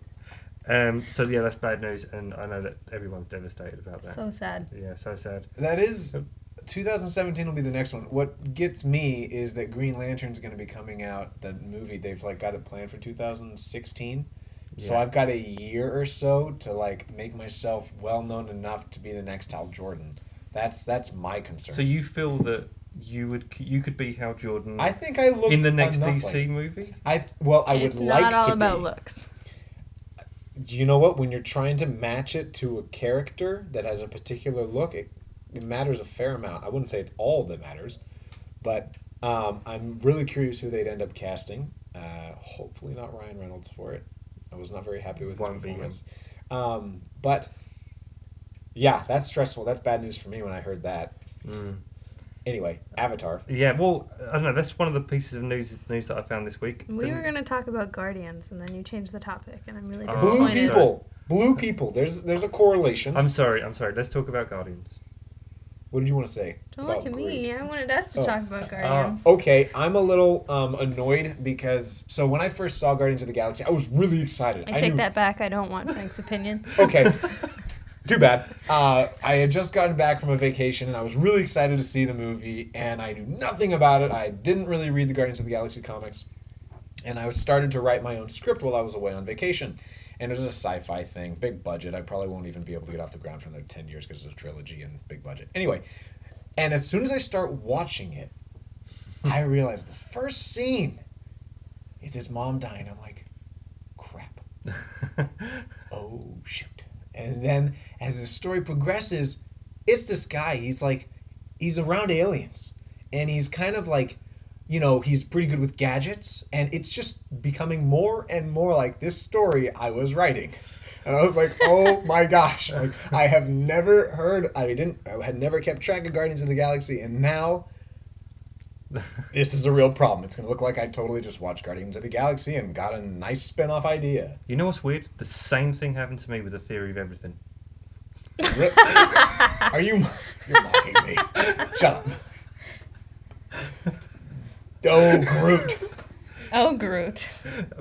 A: Um, so yeah, that's bad news, and I know that everyone's devastated about that.
B: So sad.
A: yeah, so sad.
C: That is,
A: Yep.
C: 2017 will be the next one. What gets me is that Green Lantern's going to be coming out. The movie they've like got it planned for 2016. So
A: Yeah.
C: I've got a year or so to like make myself well known enough to be the next Hal Jordan. That's that's my concern.
A: So you feel that you would you could be Hal Jordan
C: I think I look
A: in the next
C: enough
A: DC
C: Like,
A: movie?
C: I well, I would
B: it's
C: like
B: not all
C: to
B: about
C: be.
B: looks.
C: You know what? When you're trying to match it to a character that has a particular look, it, it matters a fair amount. I wouldn't say it's all that matters, but um, I'm really curious who they'd end up casting. Uh, hopefully not Ryan Reynolds for it. I was not very happy with his
A: Won't be him.
C: performance. Um, but yeah, that's stressful. That's bad news for me when I heard that.
A: Mm.
C: Anyway, Avatar.
A: Yeah, well, I don't know. That's one of the pieces of news news that I found this week.
B: We
A: The-
B: were going to talk about Guardians, and then you changed the topic, and I'm really
A: Oh,
B: disappointed.
C: Blue
A: I'm sorry.
C: people. Blue people. There's there's a correlation.
A: I'm sorry. I'm sorry. Let's talk about Guardians.
C: what did you want to say?
B: Don't
C: about
B: look at
C: Groot?
B: me. I wanted us to
C: Oh.
B: talk about Guardians.
C: Okay, I'm a little um, annoyed because so when I first saw Guardians of the Galaxy, I was really excited.
B: I take
C: knew-
B: that back. I don't want Frank's opinion.
C: Okay, too bad. Uh, I had just gotten back from a vacation and I was really excited to see the movie, and I knew nothing about it. I didn't really read the Guardians of the Galaxy comics, and I was started to write my own script while I was away on vacation. And it was a sci-fi thing, big budget. I probably won't even be able to get off the ground for another ten years because it's a trilogy and big budget. Anyway, and as soon as I start watching it, I realize the first scene is his mom dying. I'm like, crap oh shoot and then as the story progresses it's this guy he's like he's around aliens and he's kind of like you know he's pretty good with gadgets and it's just becoming more and more like this story i was writing and i was like oh my gosh like i have never heard i didn't i had never kept track of guardians of the galaxy and now this is a real problem it's going to look like i totally just watched guardians of the galaxy and got a nice spin-off idea
A: you know what's weird? The same thing happened to me with the theory of everything.
C: Re- Are you? You're mocking me. Shut up. Oh, Groot.
B: Oh, Groot.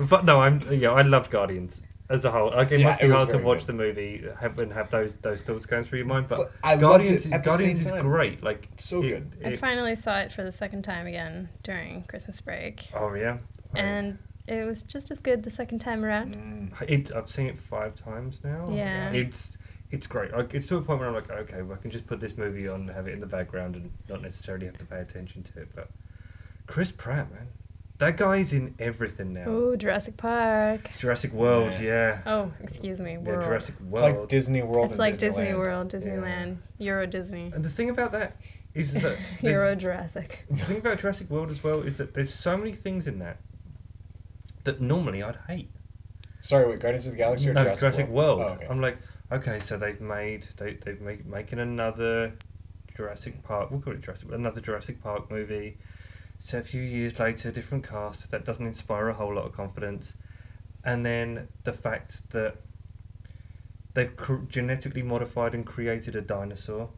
A: But no, I'm yeah. I love Guardians as a whole. Like it
C: Yeah,
A: must be
C: it was
A: hard to
C: very
A: watch
C: good.
A: the movie have, and have those those thoughts going through your mind. But,
C: But I loved
A: Guardians
C: it
A: is
C: at the
A: Guardians
C: same
A: is
C: time.
A: great. Like
C: It's so good.
B: I
A: it-
B: finally saw it for the second time again during Christmas break,
A: oh yeah. I-
B: and it was just as good the second time around.
C: Mm.
A: It, I've seen it five times now.
B: Yeah.
A: It's it's great. Like, it's to a point where I'm like, okay, well, I can just put this movie on, have it in the background, and not necessarily have to pay attention to it. But Chris Pratt, man, that guy's in everything now.
B: Ooh, Jurassic Park.
A: Jurassic World,
C: Yeah.
A: yeah.
B: Oh, excuse me,
A: Yeah,
B: World.
A: Jurassic World.
C: It's like Disney World.
B: it's
C: and
B: like Disney
C: Disneyland.
B: World, Disneyland, Euro Disney,
A: and the thing about that is that
B: Euro
A: there's-
B: Jurassic.
A: the thing about Jurassic World as well is that there's so many things in that that normally I'd hate.
C: Sorry, wait. Guardians of the Galaxy or
A: no,
C: Jurassic,
A: World.
C: Oh, okay.
A: I'm like, okay, so they've made they they've made making another Jurassic Park. We'll call it Jurassic, another Jurassic Park movie. So a few years later, different cast. That doesn't inspire a whole lot of confidence. And then the fact that they've cr- genetically modified and created a dinosaur,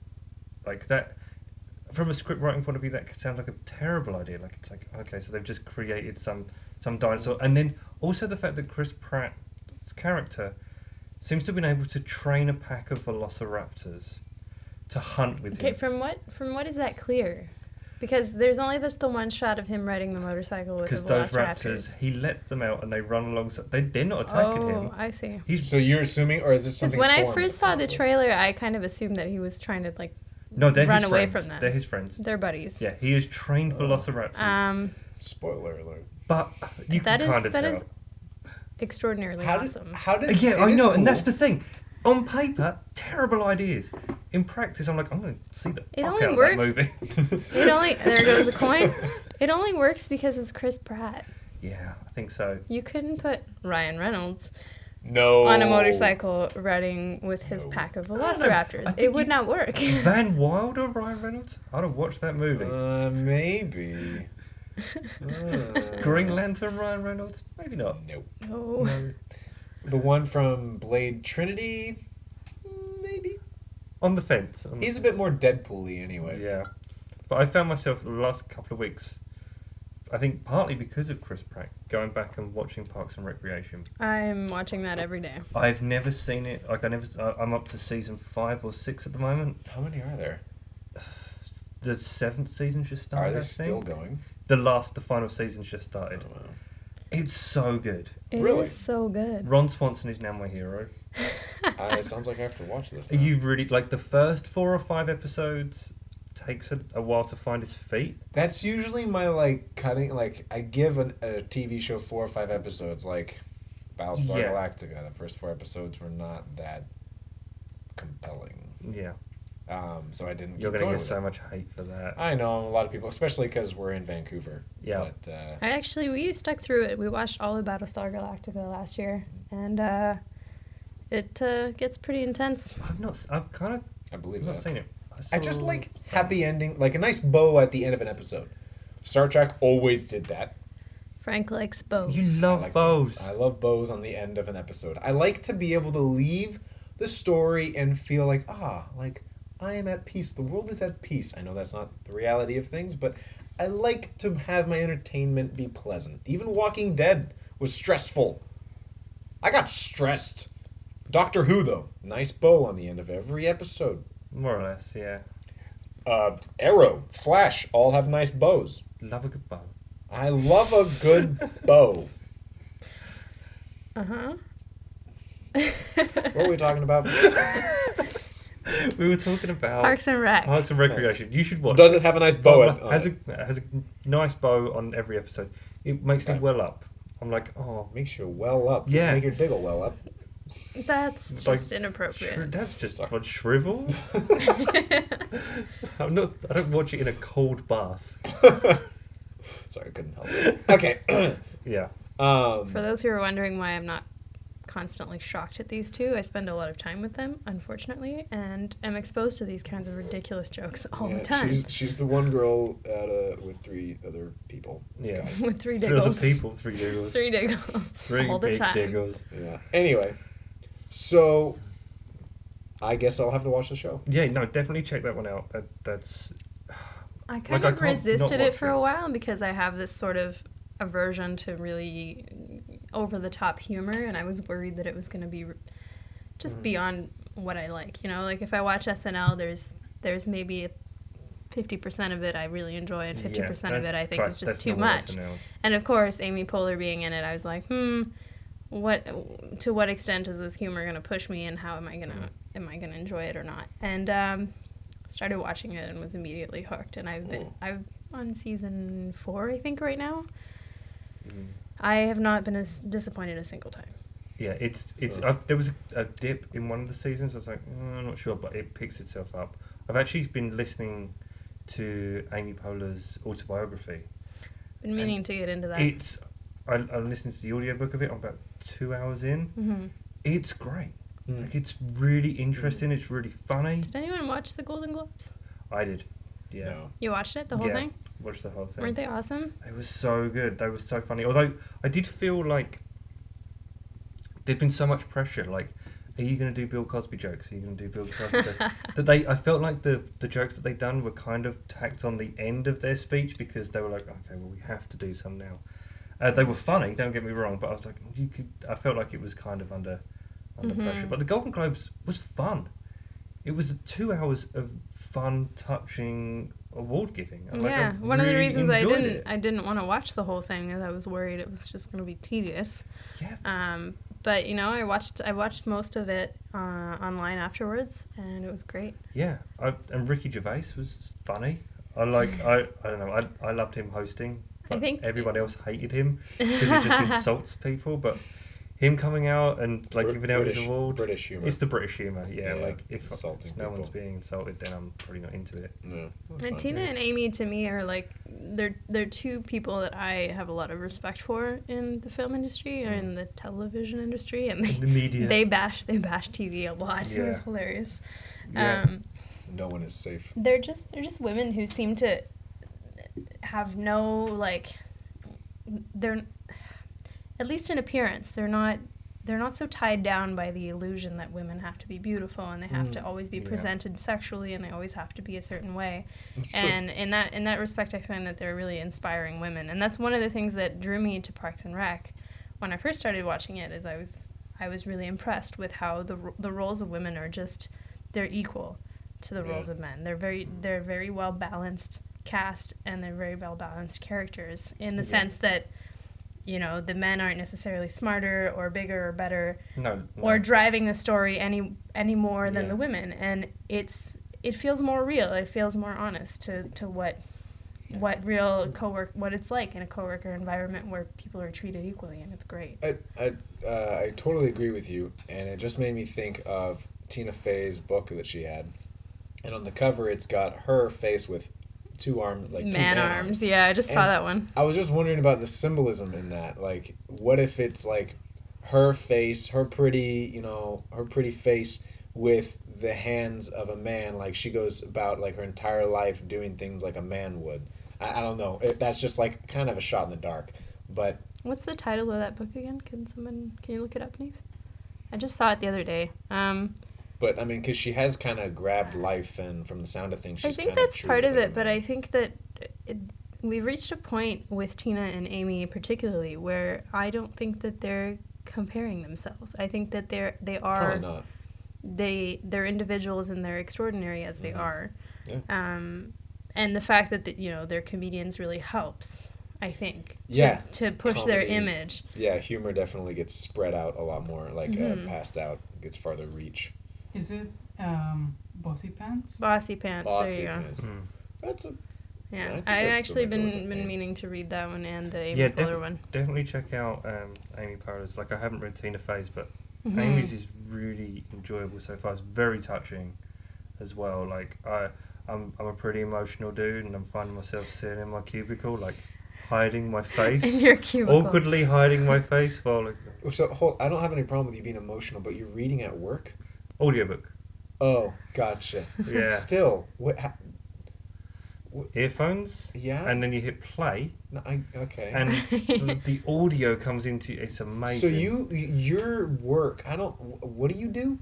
A: like that. From a script writing point of view, that sounds like a terrible idea. Like it's like okay, so they've just created some some dinosaur, and then also the fact that Chris Pratt's character seems to have been able to train a pack of velociraptors to hunt with
B: Okay,
A: him.
B: from what from what is that clear? Because there's only just the one shot of him riding the motorcycle with the
A: Because those
B: Velociraptors.
A: raptors, he lets them out and they run alongside. They, they're not attacking
B: oh,
A: him.
B: I see.
A: He's
C: So you're assuming, or is this
B: Because
C: something?
B: when I
C: formed,
B: first saw the
C: apparently?
B: trailer, I kind of assumed that he was trying to like
A: no, they're
B: run
A: his
B: away
A: friends.
B: from them.
A: They're his friends.
B: they're buddies.
A: Yeah, he has trained
C: Oh.
A: velociraptors,
B: Um,
C: Spoiler alert.
A: but you
B: that
A: can
B: is
A: kind of
B: that
A: tell. Uh,
B: is extraordinarily
C: How did?
B: awesome.
C: How did?
A: yeah,
C: it
A: I
C: is
A: know, and that's
C: cool.
A: the thing. On paper, terrible ideas. In practice, I'm like, I'm going to see the
B: It
A: fuck
B: only
A: out of
B: works-
A: that movie.
B: It only there goes a coin. It only works because it's Chris Pratt.
A: yeah, I think so.
B: You couldn't put Ryan Reynolds
C: No.
B: on
A: Oh.
B: a motorcycle riding with his
C: No.
B: pack of
A: know. I
B: velociraptors.
A: think
B: It would
A: you-
B: not work.
A: Van Wilder, Ryan Reynolds. I'd have watched that movie.
C: Uh, maybe. Uh,
A: Green Lantern, Ryan Reynolds. Maybe not.
C: Nope.
B: no.
C: The one from Blade Trinity, maybe.
A: On the fence. On the
C: He's a bit more Deadpool-y anyway.
A: Yeah, but I found myself the last couple of weeks I think partly because of Chris Pratt going back and watching Parks and Recreation.
B: I'm watching that every day.
A: I've never seen it. Like I never. I- I'm up to season five or six at the moment.
C: How many are there?
A: The seventh season's just
C: Are
A: started.
C: they
A: I
C: still
A: think.
C: going?
A: The last, the final season's just started.
C: Oh, wow.
A: It's so good.
B: It is
C: Really?
B: so good.
A: Ron Swanson is now my hero.
C: Uh, it sounds like I have to watch this. now.
A: You really like the first four or five episodes. Takes a, a while to find his feet.
C: That's usually my like cutting. Like I give an, a TV show four or five episodes. Like Battlestar
A: Yeah.
C: Galactica, the first four episodes were not that compelling.
A: Yeah,
C: Um, so I didn't.
A: you're gonna
C: keep going
A: get
C: with
A: so
C: it.
A: much hate for that.
C: I know a lot of people, especially because we're in Vancouver.
A: Yeah.
C: But uh,
B: I actually we stuck through it. We watched all of Battlestar Galactica last year, and uh, it uh, gets pretty intense.
A: I've not. s- I've kind of
C: I believe
A: not
C: that.
A: seen it.
C: I just like happy ending, like a nice bow at the end of an episode. Star Trek always did that.
B: Frank likes both.
A: You
C: I
A: love
C: like
A: bows.
C: I love bows on the end of an episode. I like to be able to leave the story and feel like, ah, like I am at peace. The world is at peace. I know that's not the reality of things, but I like to have my entertainment be pleasant. Even Walking Dead was stressful. I got stressed. Doctor Who, though, nice bow on the end of every episode.
A: More or less, yeah.
C: Uh, Arrow, Flash, all have nice bows.
A: Love a good bow.
C: I love a good bow.
B: Uh huh.
C: What were we talking about?
A: we were talking about
B: Parks and Rec.
A: Parks and Recreation. You should watch.
C: Does it have a nice bow? at- on
A: has
C: it?
A: a has a nice bow on every episode. It makes me
C: Okay.
A: well up. I'm like, oh,
C: Makes you well up.
A: Yeah.
C: Just make your diggle well up.
B: That's
A: Like,
B: just
A: shri-
B: inappropriate.
A: that's just
C: Sorry.
A: what shrivel. I'm not. I don't watch it in a cold bath.
C: Sorry, I couldn't help it. Okay.
A: Yeah.
C: um,
B: For those who are wondering why I'm not constantly shocked at these two, I spend a lot of time with them, unfortunately, and am exposed to these kinds of ridiculous jokes all
C: yeah,
B: the time
C: She's, she's the one girl at a, with three other people.
A: Yeah.
B: with three
A: Three other
B: diggles.
A: people, three diggles.
B: Three diggles.
A: Three
B: all the
A: big
B: time.
A: diggles.
C: Yeah. Anyway, so I guess I'll have to watch the show.
A: Yeah, no, definitely check that one out. That, that's
B: I kind
A: I can't
B: of
A: not
B: resisted it
A: watch
B: for
A: it.
B: a while because I have this sort of aversion to really over the top humor, and I was worried that it was going to be r-
A: Mm.
B: just beyond what I like. You know, like if I watch SNL, there's there's maybe fifty percent of it I really enjoy, and
A: yeah,
B: fifty percent of it
A: that's-
B: I think
A: that's-
B: is just
A: that's
B: too
A: normal
B: much.
A: SNL.
B: And of course, Amy Poehler being in it, I was like, hmm, what? To what extent is this humor going to push me, and how am I going to am I going to enjoy it or not? And um, started watching it and was immediately hooked. And I've been
C: Cool.
B: I've on season four, I think, right now.
A: Mm,
B: I have not been as disappointed a single time.
A: Yeah, it's it's.
C: Sure.
A: i there was a, a dip in one of the seasons. I was like, "Mm, I'm not sure, but it picks itself up. I've actually been listening to Amy Poehler's autobiography.
B: Been meaning to get into that.
A: It's I, I'm listening to the audiobook of it. I'm about two hours in.
B: Mhm.
A: It's great.
C: Mm.
A: Like it's really interesting. It's really funny.
B: Did anyone watch the Golden Globes?
A: I did. Yeah.
C: No.
B: You watched it, the whole
A: Yeah,
B: thing.
A: Watched the whole thing.
B: Weren't they awesome?
A: They were so good. They were so funny. Although I did feel like there'd been so much pressure. Like, are you going to do Bill Cosby jokes? Are you going to do Bill Cosby jokes? that they, I felt like the the jokes that they'd done were kind of tacked on the end of their speech because they were like, okay, well, we have to do some now. Uh, they were funny. Don't get me wrong, but I was like, you could. I felt like it was kind of under under
B: Mm-hmm.
A: pressure. But the Golden Globes was fun. It was two hours of fun, touching award giving. and, like, I
B: yeah, one of the
A: really
B: reasons I
A: enjoyed
B: didn't
A: it.
B: I didn't want to watch the whole thing is I was worried it was just going to be tedious.
A: Yeah.
B: Um, but you know, I watched I watched most of it uh, online afterwards, and it was great.
A: Yeah, I, and Ricky Gervais was funny. I like I I don't know I I loved him hosting.
B: I
A: but
B: think-
A: everyone else hated him because he just insults people. But him coming out and like
C: Brit-
A: giving out his
C: British-
A: award,
C: British humor.
A: It's the British humor. Yeah,
C: Yeah,
A: like if
C: insulting
A: no one's
C: people.
A: being insulted, then I'm probably not into it.
C: No.
B: and Tina and Amy to me are like they're they're two people that I have a lot of respect for in the film industry or in the television industry, and they
A: Mm. The media.
B: they bash they bash TV a lot. It was
A: Yeah.
B: hilarious.
A: Yeah.
B: Um,
C: No one is safe.
B: they're just they're just women who seem to have no like they're at least in appearance they're not they're not so tied down by the illusion that women have to be beautiful and they have
C: Mm,
B: to always be
A: yeah.
B: presented sexually and they always have to be a certain way.
C: It's true.
B: And in that in that respect, I find that they're really inspiring women, and that's one of the things that drew me to Parks and Rec when I first started watching it. Is I was I was really impressed with how the ro- the roles of women are just they're equal to the
C: Yeah.
B: roles of men. They're very they're very well balanced cast, and they're very well balanced characters in the
C: Yeah.
B: sense that you know the men aren't necessarily smarter or bigger or better
A: No. no.
B: or driving the story any any more than
C: Yeah.
B: the women and it's it feels more real it feels more honest to to what what real cowork what it's like in a coworker environment where people are treated equally and it's great
C: I, I, uh, I totally agree with you, and it just made me think of Tina Fey's book that she had, and on the cover it's got her face with two arms, like two
B: man arms yeah i just saw
C: And-
B: that one
C: I was just wondering about the symbolism in that. Like, what if it's like her face, her pretty, you know, her pretty face with the hands of a man? Like, she goes about like her entire life doing things like a man would. I, I don't know. If that's just like kind of a shot in the dark, but
B: what's the title of that book again can someone can you look it up neve i just saw it the other day um
C: But I mean, because she has kind of grabbed life, and from the sound of things, she's
B: I think
C: kinda
B: that's
C: true
B: part
C: to
B: of
C: the
B: it, but I
C: man.
B: think that it, we've reached a point with Tina and Amy particularly where I don't think that they're comparing themselves. I think that they're they
C: probably
B: are
C: not.
B: they they're individuals and they're extraordinary as they
C: Mhm.
B: are.
C: Yeah.
B: Um, and the fact that the, you know they're comedians really helps. I think to,
C: Yeah,
B: to push their
C: comedy.
B: image.
C: Yeah, humor definitely gets spread out a lot more. Like
B: Mhm.
C: uh, passed out gets farther reach.
D: Is it um, bossy pants?
B: Bossy pants.
C: Bossy
B: there you go.
C: is-
A: Mm.
C: That's a I
B: Yeah,
C: think
B: I
C: that's the
B: actually
C: way to look
B: been
C: at
B: been
C: things.
B: meaning to read that one and the Amy
A: Yeah,
B: Poehler
A: defi-
B: one.
A: Definitely check out um, Amy Powers. Like I haven't read Tina Fey's, but
B: Mhm.
A: Amy's is really enjoyable so far. It's very touching, as well. Like I, I'm I'm a pretty emotional dude, and I'm finding myself sitting in my cubicle, like hiding my face,
B: in Mm-hmm. your cubicle.
A: awkwardly hiding my face while like
C: so. Hold, I don't have any problem with you being emotional, but you're reading at work.
A: audiobook.
C: Oh, gotcha.
A: Yeah,
C: Still, what? Ha-
A: earphones,
C: yeah.
A: and then you hit play,
C: no, I, okay.
A: and the, the audio comes into. It's amazing.
C: so you, your work. I don't. wh- What do you do?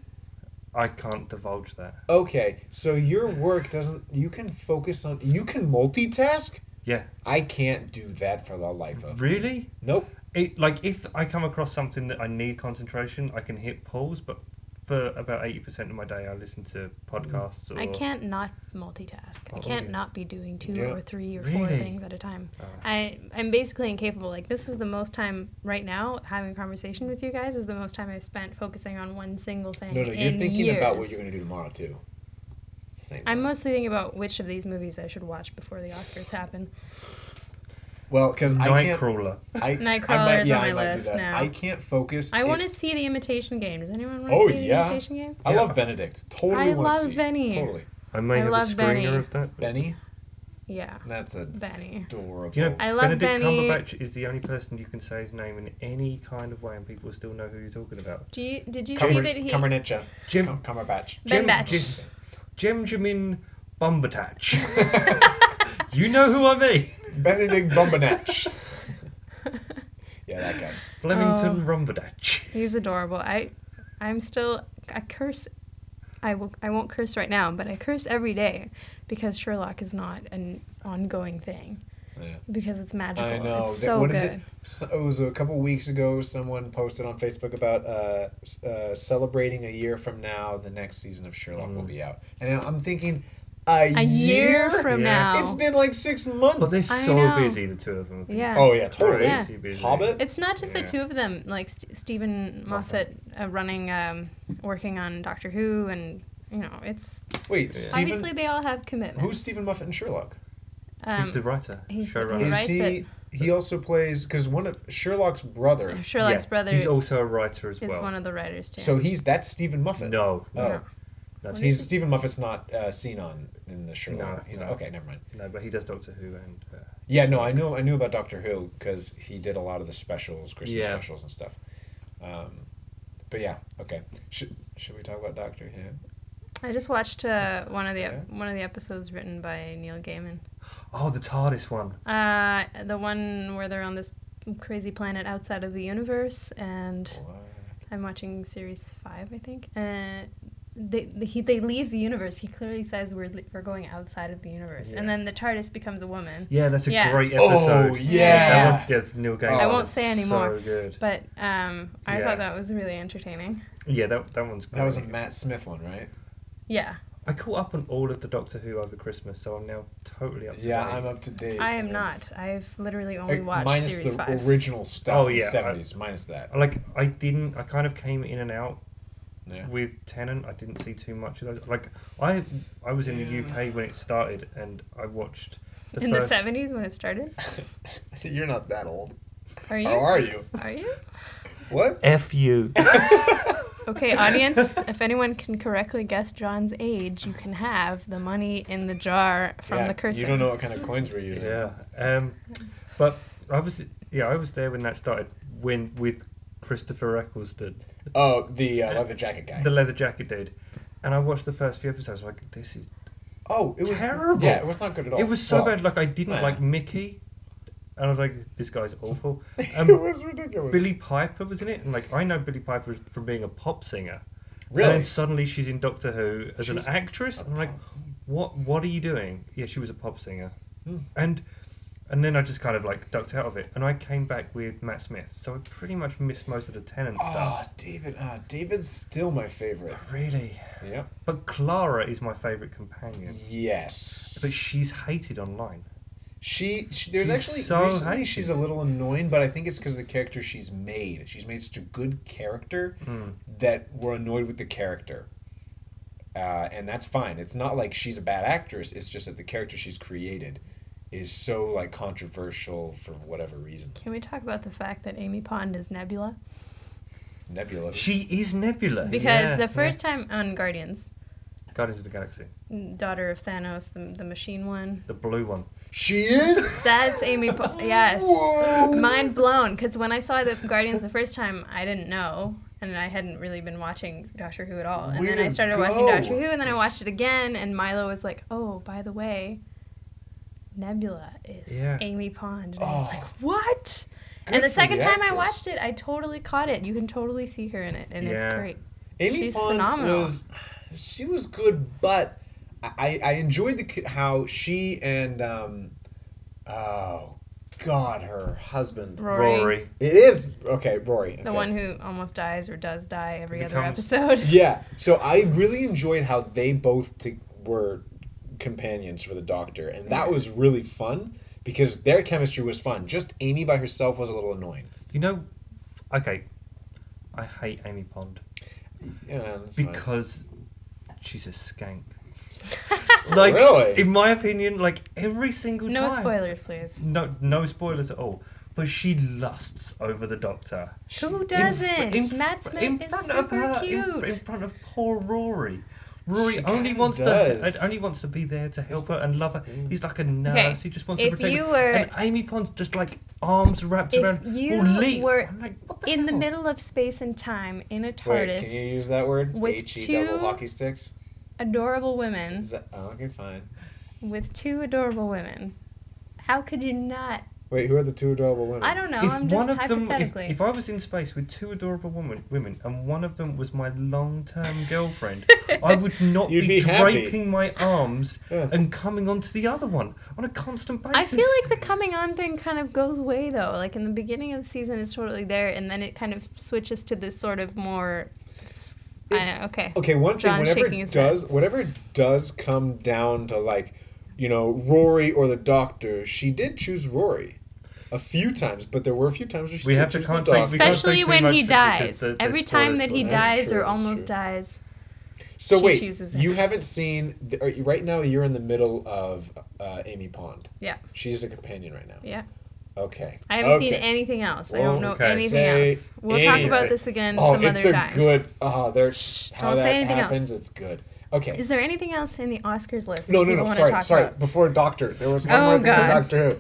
A: I can't divulge that.
C: Okay, so your work doesn't. You can focus on. You can multitask.
A: Yeah.
C: I can't do that for the life of. me.
A: Really?
C: Nope.
A: It like if I come across something that I need concentration, I can hit pause. But for about eighty percent of my day, I listen to podcasts. Or,
B: I can't not multitask. I
A: Oh,
B: can't
A: yes.
B: not be doing two
C: Yeah.
B: or three or four
A: Really?
B: things at a time.
C: Uh,
A: Ah.
B: I I'm basically incapable. Like this is the most time right now having a conversation with you guys is the most time I've spent focusing on one single thing.
C: No, no. You're
B: in
C: thinking about what
B: years.
C: you're gonna do tomorrow too. Same.
B: I'm
C: time.
B: mostly thinking about which of these movies I should watch before the Oscars happen.
C: well because I can't.
A: Nightcrawler.
C: I,
B: Nightcrawler
C: I might,
B: is
C: yeah,
B: on my
C: I might do
B: list
C: that.
B: now.
C: I can't focus.
B: I
C: if-
B: want to see The Imitation Game. Does anyone want to
C: Oh,
B: see The
C: yeah.
B: Imitation Game?
C: I
A: Yeah.
C: love Benedict. Totally.
B: I
C: wanna
B: love
C: see it.
B: Benny.
C: Totally.
A: I may
B: I
A: have
B: love
A: a screener
B: Benny.
A: of that.
C: Benny.
B: Yeah,
C: That's
B: Benny.
C: adorable.
A: You know,
B: I love
A: Benedict
B: Benny.
A: Cumberbatch is the only person you can say his name in any kind of way, and people still know who you're talking about.
B: Do you did you see
C: Cumber,
B: that he
C: Cumbernacha.
A: Jim
C: Cum- Cumberbatch.
B: Ben
A: Jim-
B: Batch?
A: Jim Bumbatach. you know who I mean?
C: Benedict Cumberbatch. yeah, that guy.
A: Flemington
B: Oh.
A: Rumbadatch.
B: He's adorable. I, I'm still I curse. I will. I won't curse right now, but I curse every day because Sherlock is not an ongoing thing
C: Yeah.
B: because it's magical.
C: I know.
B: It's
C: That-
B: so
C: what
B: good.
C: is it? So, it was a couple weeks ago. Someone posted on Facebook about uh, s- uh, celebrating a year from now. The next season of Sherlock will
A: Mm.
C: be out, and I'm thinking a,
B: A year from
A: Yeah.
B: now.
C: It's been like six months.
A: But they're
B: I
A: so
B: know.
A: busy, the two of them.
B: Yeah.
C: oh yeah, totally.
B: Yeah.
A: Crazy busy.
C: Hobbit.
B: It's not just
A: Yeah.
B: the two of them, like St- Stephen Moffat
C: Moffat.
B: uh, running, um, working on Doctor Who, and you know, it's
C: Wait,
A: Yeah.
C: Stephen.
B: obviously they all have commitments.
C: who's Stephen Moffat and Sherlock?
B: Um,
A: He's the writer,
B: he's-
A: showrunner.
B: He
C: Is
B: writes
C: he?
B: it. Oh,
C: He also plays because one of Sherlock's brother.
B: Sherlock's
A: Yeah,
B: brother
A: He's
B: is
A: also a writer as well.
B: one of the writers too.
C: So he's that's Stephen Moffat.
A: No,
C: Oh,
A: no,
B: No.
A: no,
B: What
A: he's-
C: he's Stephen Moffat's not uh, seen on in the Sherlock.
A: No,
C: he's
A: no.
C: not. Okay, never mind.
A: no, but he does Doctor Who and. Uh,
C: Yeah, no, I know, I knew about Doctor Who because he did a lot of the specials, Christmas
A: Yeah.
C: specials and stuff. Um, but yeah, okay. Should should we talk about Doctor Who?
B: I just watched uh, one of the ep-
C: Yeah.
B: one of the episodes written by Neil Gaiman.
A: oh, the TARDIS one.
B: Uh, the one where they're on this crazy planet outside of the universe, and I'm watching series five, I think. And they they- he, they leave the universe. He clearly says we're li- we're going outside of the universe, and
A: Yeah.
B: then the TARDIS becomes a woman.
A: Yeah, that's a
B: Yeah.
A: great
C: Oh,
A: episode.
C: yeah.
A: That one's just Neil Gaiman.
C: I
B: won't say
A: It's
B: anymore.
A: Oh, So good.
B: But um, I
A: Yeah.
B: thought that was really entertaining.
A: Yeah, that, that one's great.
C: That was a Matt Smith one, right?
B: Yeah,
A: I caught up on all of the Doctor Who over Christmas, so I'm now totally up to
C: Yeah,
A: date.
C: I'm up to date.
B: I am
C: It's-
B: not. I've literally only
C: Uh,
B: watched
C: minus
B: series
C: the
B: five.
C: original stuff.
A: Oh,
C: in
A: yeah, Uh, I-
C: the seventies. Minus that.
A: Like, I didn't, I kind of came in and out
C: Yeah.
A: with Tenant. I didn't see too much of those. Like, I I was in the UK when it started, and I watched the
B: in
A: first...
B: the 70s when it started?
C: You're not that old.
B: Are you?
C: How are you?
B: Are you?
C: What?
A: F you.
B: Okay, audience, if anyone can correctly guess John's age, you can have the money in the jar from
C: Yeah,
B: the cursor.
C: You don't know what kind of coins we're using.
A: yeah. Um, but I was, yeah, I was there when that started, when, with Christopher Eccleston.
C: Oh, the uh, leather jacket guy.
A: the leather jacket dude. And I watched the first few episodes, like this is
C: oh, it was
A: terrible.
C: Yeah, it was not good at all.
A: it was so
C: Well,
A: bad. Like I didn't
C: nah.
A: like Mickey, and I was like, this guy's awful.
C: it
A: Um,
C: was ridiculous.
A: Billy Piper was in it, and like I know Billy Piper from being a pop singer.
C: really?
A: And then suddenly she's in Doctor Who as
C: She
A: an
C: was
A: actress.
C: a
A: I'm like,
C: pop-
A: what? What are you doing? Yeah, she was a pop singer,
C: Hmm.
A: and and then I just kind of like ducked out of it, and I came back with Matt Smith. So I pretty much missed most of the Tennant
C: Oh,
A: stuff.
C: David. Ah, David's still my favorite.
A: Really,
C: Yep.
A: but Clara is my favorite companion.
C: Yes.
A: But she's hated online.
C: She, she there's
A: She's
C: actually
A: so
C: recently
A: hated.
C: she's a little annoying, but I think it's because the character she's made. She's made such a good character that we're annoyed with the character, uh, and that's fine. It's not like she's a bad actress. It's just that the character she's created is so like controversial for whatever reason.
B: Can we talk about the fact that Amy Pond is Nebula?
C: Uh, Nebula.
A: She is Nebula.
B: Because
A: Yeah,
B: the first time on Guardians, mm,
A: yeah. Guardians of the Galaxy,
B: daughter of Thanos, the, the machine one,
A: the blue one.
C: she is.
B: that's Amy Pond. Yes.
C: Whoa.
B: Mind blown. Because when I saw the Guardians the first time, I didn't know. And I hadn't really been watching Doctor Who at all. And then
C: Way
B: I
C: to
B: started watching
C: go.
B: Doctor Who, and then I watched it again, and Milo was like, oh, by the way, Nebula is
A: Yeah.
B: Amy Pond. And I was
C: Oh.
B: like, what?
C: Good
B: and the
C: for
B: second time I
C: actress.
B: watched it, I totally caught it. You can totally see her in it, and it's
A: Yeah.
B: great.
C: Amy
B: She's
C: Pond
B: phenomenal.
C: was she was good, but I I enjoyed the c- how she and um oh god her husband
B: Rory.
C: it is okay Rory
B: The
C: okay.
B: one who almost dies or does die every other
A: Becomes-
B: episode.
C: yeah so I really enjoyed how they both t- were companions for the Doctor and that was really fun because their chemistry was fun just Amy by herself was a little annoying
A: You know, okay, I hate Amy Pond
C: yeah, that's fine.
A: because she's a skank. like,
C: Really?
A: in my opinion, like every single
B: No
A: time.
B: spoilers, please.
A: No, no spoilers at all. But she lusts over the Doctor.
B: Who
A: In fr-
B: doesn't?
A: in fr-
B: Matt Smith
A: in
B: is
A: front
B: super
A: of her- in
B: cute.
A: fr- In, front of poor Rory. Rory
C: She
A: only
C: kinda
A: wants
C: does. Mm.
A: to uh, only wants to be there to help her and love her. He's like a nurse. He just wants
B: if
A: to protect
B: you
A: her.
B: were-
A: and Amy Pond's just like arms wrapped
B: If
A: around.
B: you
A: "Oh, Lee."
B: were
A: I'm like, what
B: in the
A: hell?
B: middle of space and time, in a
C: wait
B: TARDIS,
C: can you use that word
B: with
C: H-E
B: two-
C: double hockey sticks
B: adorable women
C: is that oh, okay fine
B: with two adorable women. How could you not?
C: Wait, who are the two adorable women?
B: I don't know.
A: If
B: I'm
A: one
B: just
A: of them, if,
B: hypothetically.
A: if I was in space with two adorable women, women, and one of them was my long-term girlfriend, I would not
C: You'd be happy.
A: draping my arms
C: Yeah.
A: and coming onto the other one on a constant basis.
B: I feel like the coming on thing kind of goes away though. Like in the beginning of the season, it's totally there, and then it kind of switches to this sort of more. I
C: It's- Oh,
B: know, okay.
C: Okay, one thing,
B: John's
C: whenever
B: shaking
C: it
B: his
C: does, whatever it does come down to like, you know, Rory or the Doctor, she did choose Rory, a few times, but there were a few times where she
A: We
C: did
A: have to
C: choose
A: can't
C: the
A: say- we
C: Doctor.
A: can't-
B: Especially
A: too
B: when
A: much
B: he
A: because
B: dies.
A: the- the
B: Every
A: spoilers
B: time that he
A: will-
C: That's
B: dies
C: true,
B: or
C: that's
B: almost
C: true.
B: dies,
C: So
B: she
C: wait,
B: chooses him.
C: you haven't seen the, are you- right now. You're in the middle of uh, Amy Pond.
B: Yeah.
C: she's a companion right now.
B: Yeah.
C: Okay.
B: I haven't seen
C: Okay.
B: anything else. I
C: Well,
B: don't know
A: okay.
B: anything
C: Say
B: else. We'll talk
C: any-
B: about this again
C: Oh,
B: some
C: it's
B: other
C: a
B: time.
C: good. Oh, there's how
B: don't say
C: that
B: anything else.
C: happens. It's good. Okay.
B: Is there anything else in the Oscars list?
C: No,
B: that
C: no,
B: people
C: no.
B: wanna
C: Sorry,
B: talk
C: sorry.
B: about?
C: Before Doctor, there was one
B: Oh,
C: more thing
B: God.
C: for Doctor Who.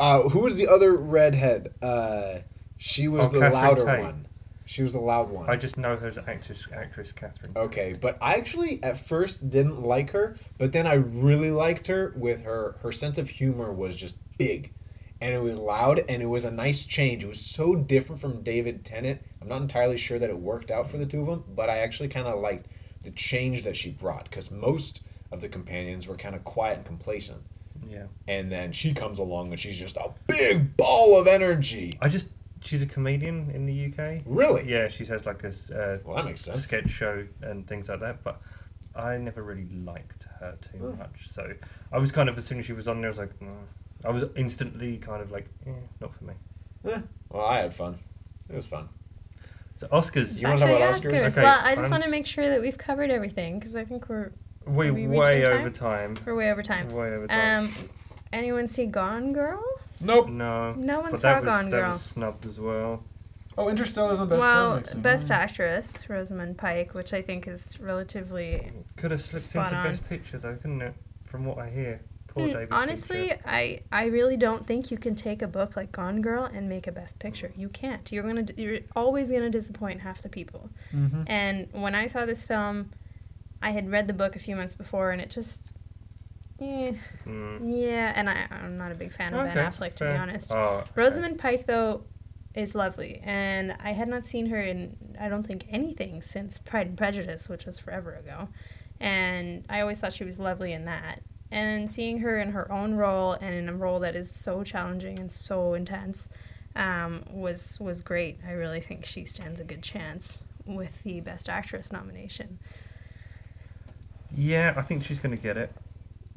C: Uh, who was the other redhead? Uh, she was
A: Oh,
C: the
A: Catherine
C: louder
A: Tate.
C: one. She was the loud one.
A: I just know her as actress, actress Catherine.
C: okay, but I actually at first didn't like her, but then I really liked her with her her sense of humor was just big. and it was loud and it was a nice change. It was so different from David Tennant. I'm not entirely sure that it worked out for the two of them, but I actually kind of liked the change that she brought because most of the companions were kind of quiet and complacent.
A: Yeah.
C: And then she comes along and she's just a big ball of energy.
A: I just she's a comedian in the UK.
C: Really?
A: Yeah, she has like a s- uh,
C: Well, that makes sense.
A: sketch show and things like that. But I never really liked her too
C: Oh.
A: much, so I was kind of as soon as she was on there, I was like, mm. I was instantly kind of like, eh, not for me.
C: Eh, well, I had fun. It was fun.
A: So Oscars,
C: You wanna talk about Oscars?
A: Okay,
B: well, I just
A: I'm-
B: want to make sure that we've covered everything because I think we're
A: we
B: Are we
A: way
B: reaching
A: over time.
B: we're way over time.
A: Way over time.
B: Um, anyone see Gone Girl?
C: Nope.
B: Um,
A: no,
B: No one
A: but
B: saw
A: that was,
B: Gone
A: that
B: Girl.
A: was snubbed as well.
C: Oh, Interstellar's on
B: well, Best Actress Rosamund Pike, which I think is relatively
A: Could have slipped
B: Spot
A: into
B: on.
A: Best Picture though, couldn't it? From what I hear, poor
B: Hmm,
A: David.
B: honestly
A: Fincher.
B: i i really don't think you can take a book like gone girl and make a best picture you can't you're gonna d- you're always gonna disappoint half the people
A: Mm-hmm.
B: and when i saw this film i had read the book a few months before and it just eh,
A: Mm.
B: yeah and I, i'm not a big fan of ben
A: Okay,
B: affleck to
A: fair.
B: be honest
A: Oh, okay.
B: rosamund pike though is lovely and i had not seen her in i don't think anything since pride and prejudice which was forever ago and i always thought she was lovely in that and seeing her in her own role and in a role that is so challenging and so intense um, was was great i really think she stands a good chance with the best actress nomination
A: Yeah, I think she's going to get it.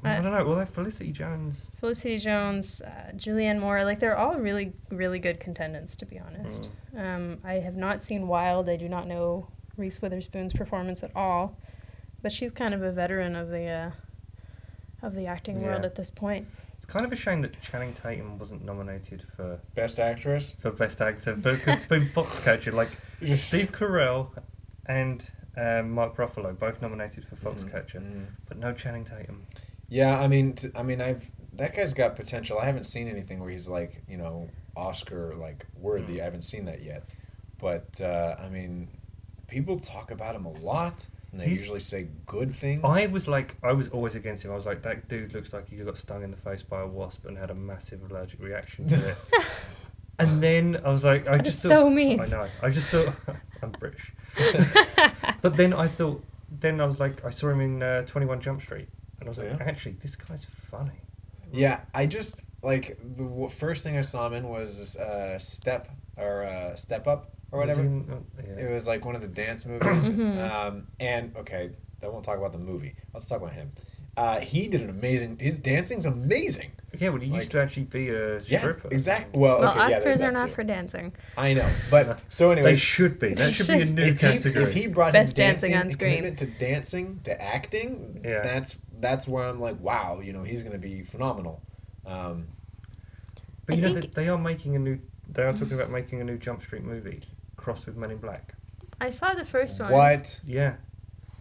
A: I
B: Uh,
A: don't know. Well, that Felicity Jones.
B: felicity jones uh, julianne moore like they're all really really good contendants to be honest um, i have not seen wild i do not know reese witherspoon's performance at all but she's kind of a veteran of the uh, of the acting world
A: Yeah.
B: at this point
A: It's kind of a shame that Channing Tatum wasn't nominated for,
C: Best Actress.
A: for Best Actor, but it's been Foxcatcher. Like
C: You're just-
A: Steve Carell and um, Mark Ruffalo both nominated for Foxcatcher,
C: Mhm.
A: but no Channing Tatum.
C: Yeah, I mean, t- I mean, I've that guy's got potential. I haven't seen anything where he's like, you know, Oscar like worthy. I haven't seen that yet. But uh, I mean, people talk about him a lot, and they
A: He's-
C: usually say good things.
A: I was like, I was always against him. I was like, that dude looks like he got stung in the face by a wasp and had a massive allergic reaction to it. and then I was like, I
B: That
A: just
B: is
A: thought,
B: so mean.
A: I know. I just thought I'm British, but then I thought, then I was like, I saw him in uh, Twenty One Jump Street, and I was like,
C: Oh, Yeah.
A: actually, this guy's funny.
C: Yeah, I just like the w- first thing I saw him in was this, uh, Step or uh, Step Up or
A: Was
C: whatever.
A: he in- oh, yeah.
C: It was like one of the dance movies.
B: Mhm.
C: um, and okay, I won't talk about the movie. Let's talk about him. Uh, he did an amazing. His dancing's amazing.
A: Yeah, well, he
C: like-
A: used to actually be a stripper.
C: Yeah, exactly. Well,
B: well
C: Oh, okay, yeah,
B: oscars
C: there's that
B: are not
C: too.
B: for dancing
C: I know, but so
A: They
C: anyway,
A: should be. That
B: They
A: should be a
B: should.
A: new
C: if, he,
A: category.
C: if he brought
B: Best
C: in
B: dancing
C: dancing,
B: on
C: and
B: screen.
C: commitment to dancing to acting,
A: Yeah.
C: that's that's where I'm like, wow, you know, he's gonna be phenomenal. Um,
A: But
B: I
A: you know,
B: think-
A: they, they are making a new. They are talking about making a new Jump Street movie, crossed with Men in Black.
B: i saw the first one
C: what?
A: Yeah.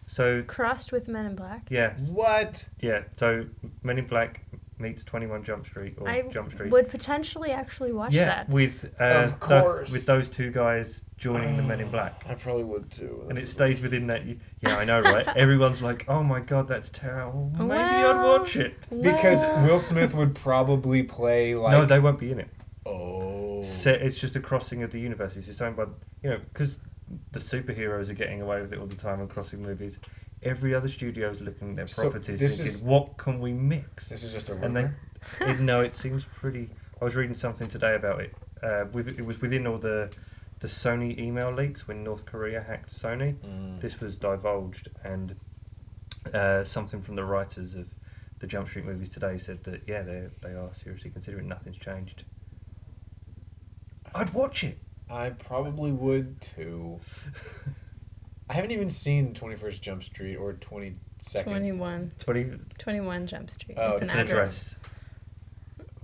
A: So
B: crossed with men in black
A: yes,
C: What?
A: yeah. So Men in Black meets Twenty One Jump Street or
B: I
A: Jump Street.
B: would potentially actually watch
A: yeah,
B: that.
A: with uh,
C: Of
A: tho-
C: course. Oh.
A: with those two guys joining the Men in Black.
C: Uh, I probably would too.
A: And it
C: That's-
A: stays within that. y- Yeah, I know, right? Everyone's like, "Oh my god, that's terrible." Maybe I'd watch it.
C: because
B: Well-
C: Will Smith would probably play like
A: no, they won't be in it.
C: oh
A: set it's just a crossing of the universes. It's owned by you know because the superheroes are getting away with it all the time and crossing movies. Every other studio is looking at their
C: So
A: properties,
C: this
A: thinking,
C: is-
A: "What can we mix?"
C: This is just a rumor.
A: and they, it, no, it seems pretty. I was reading something today about it. Uh, with, it was within all the the Sony email leaks when North Korea hacked Sony.
C: Mm.
A: This was divulged, and uh, something from the writers of the Jump Street movies today said that yeah, they they are seriously considering nothing's changed. I'd watch it.
C: I probably would too. I haven't even seen 21st Jump Street or 22nd.
B: 21,
A: Twenty.
B: 21 Jump Street.
C: Oh,
B: it's an
A: It's
B: address.
A: an address.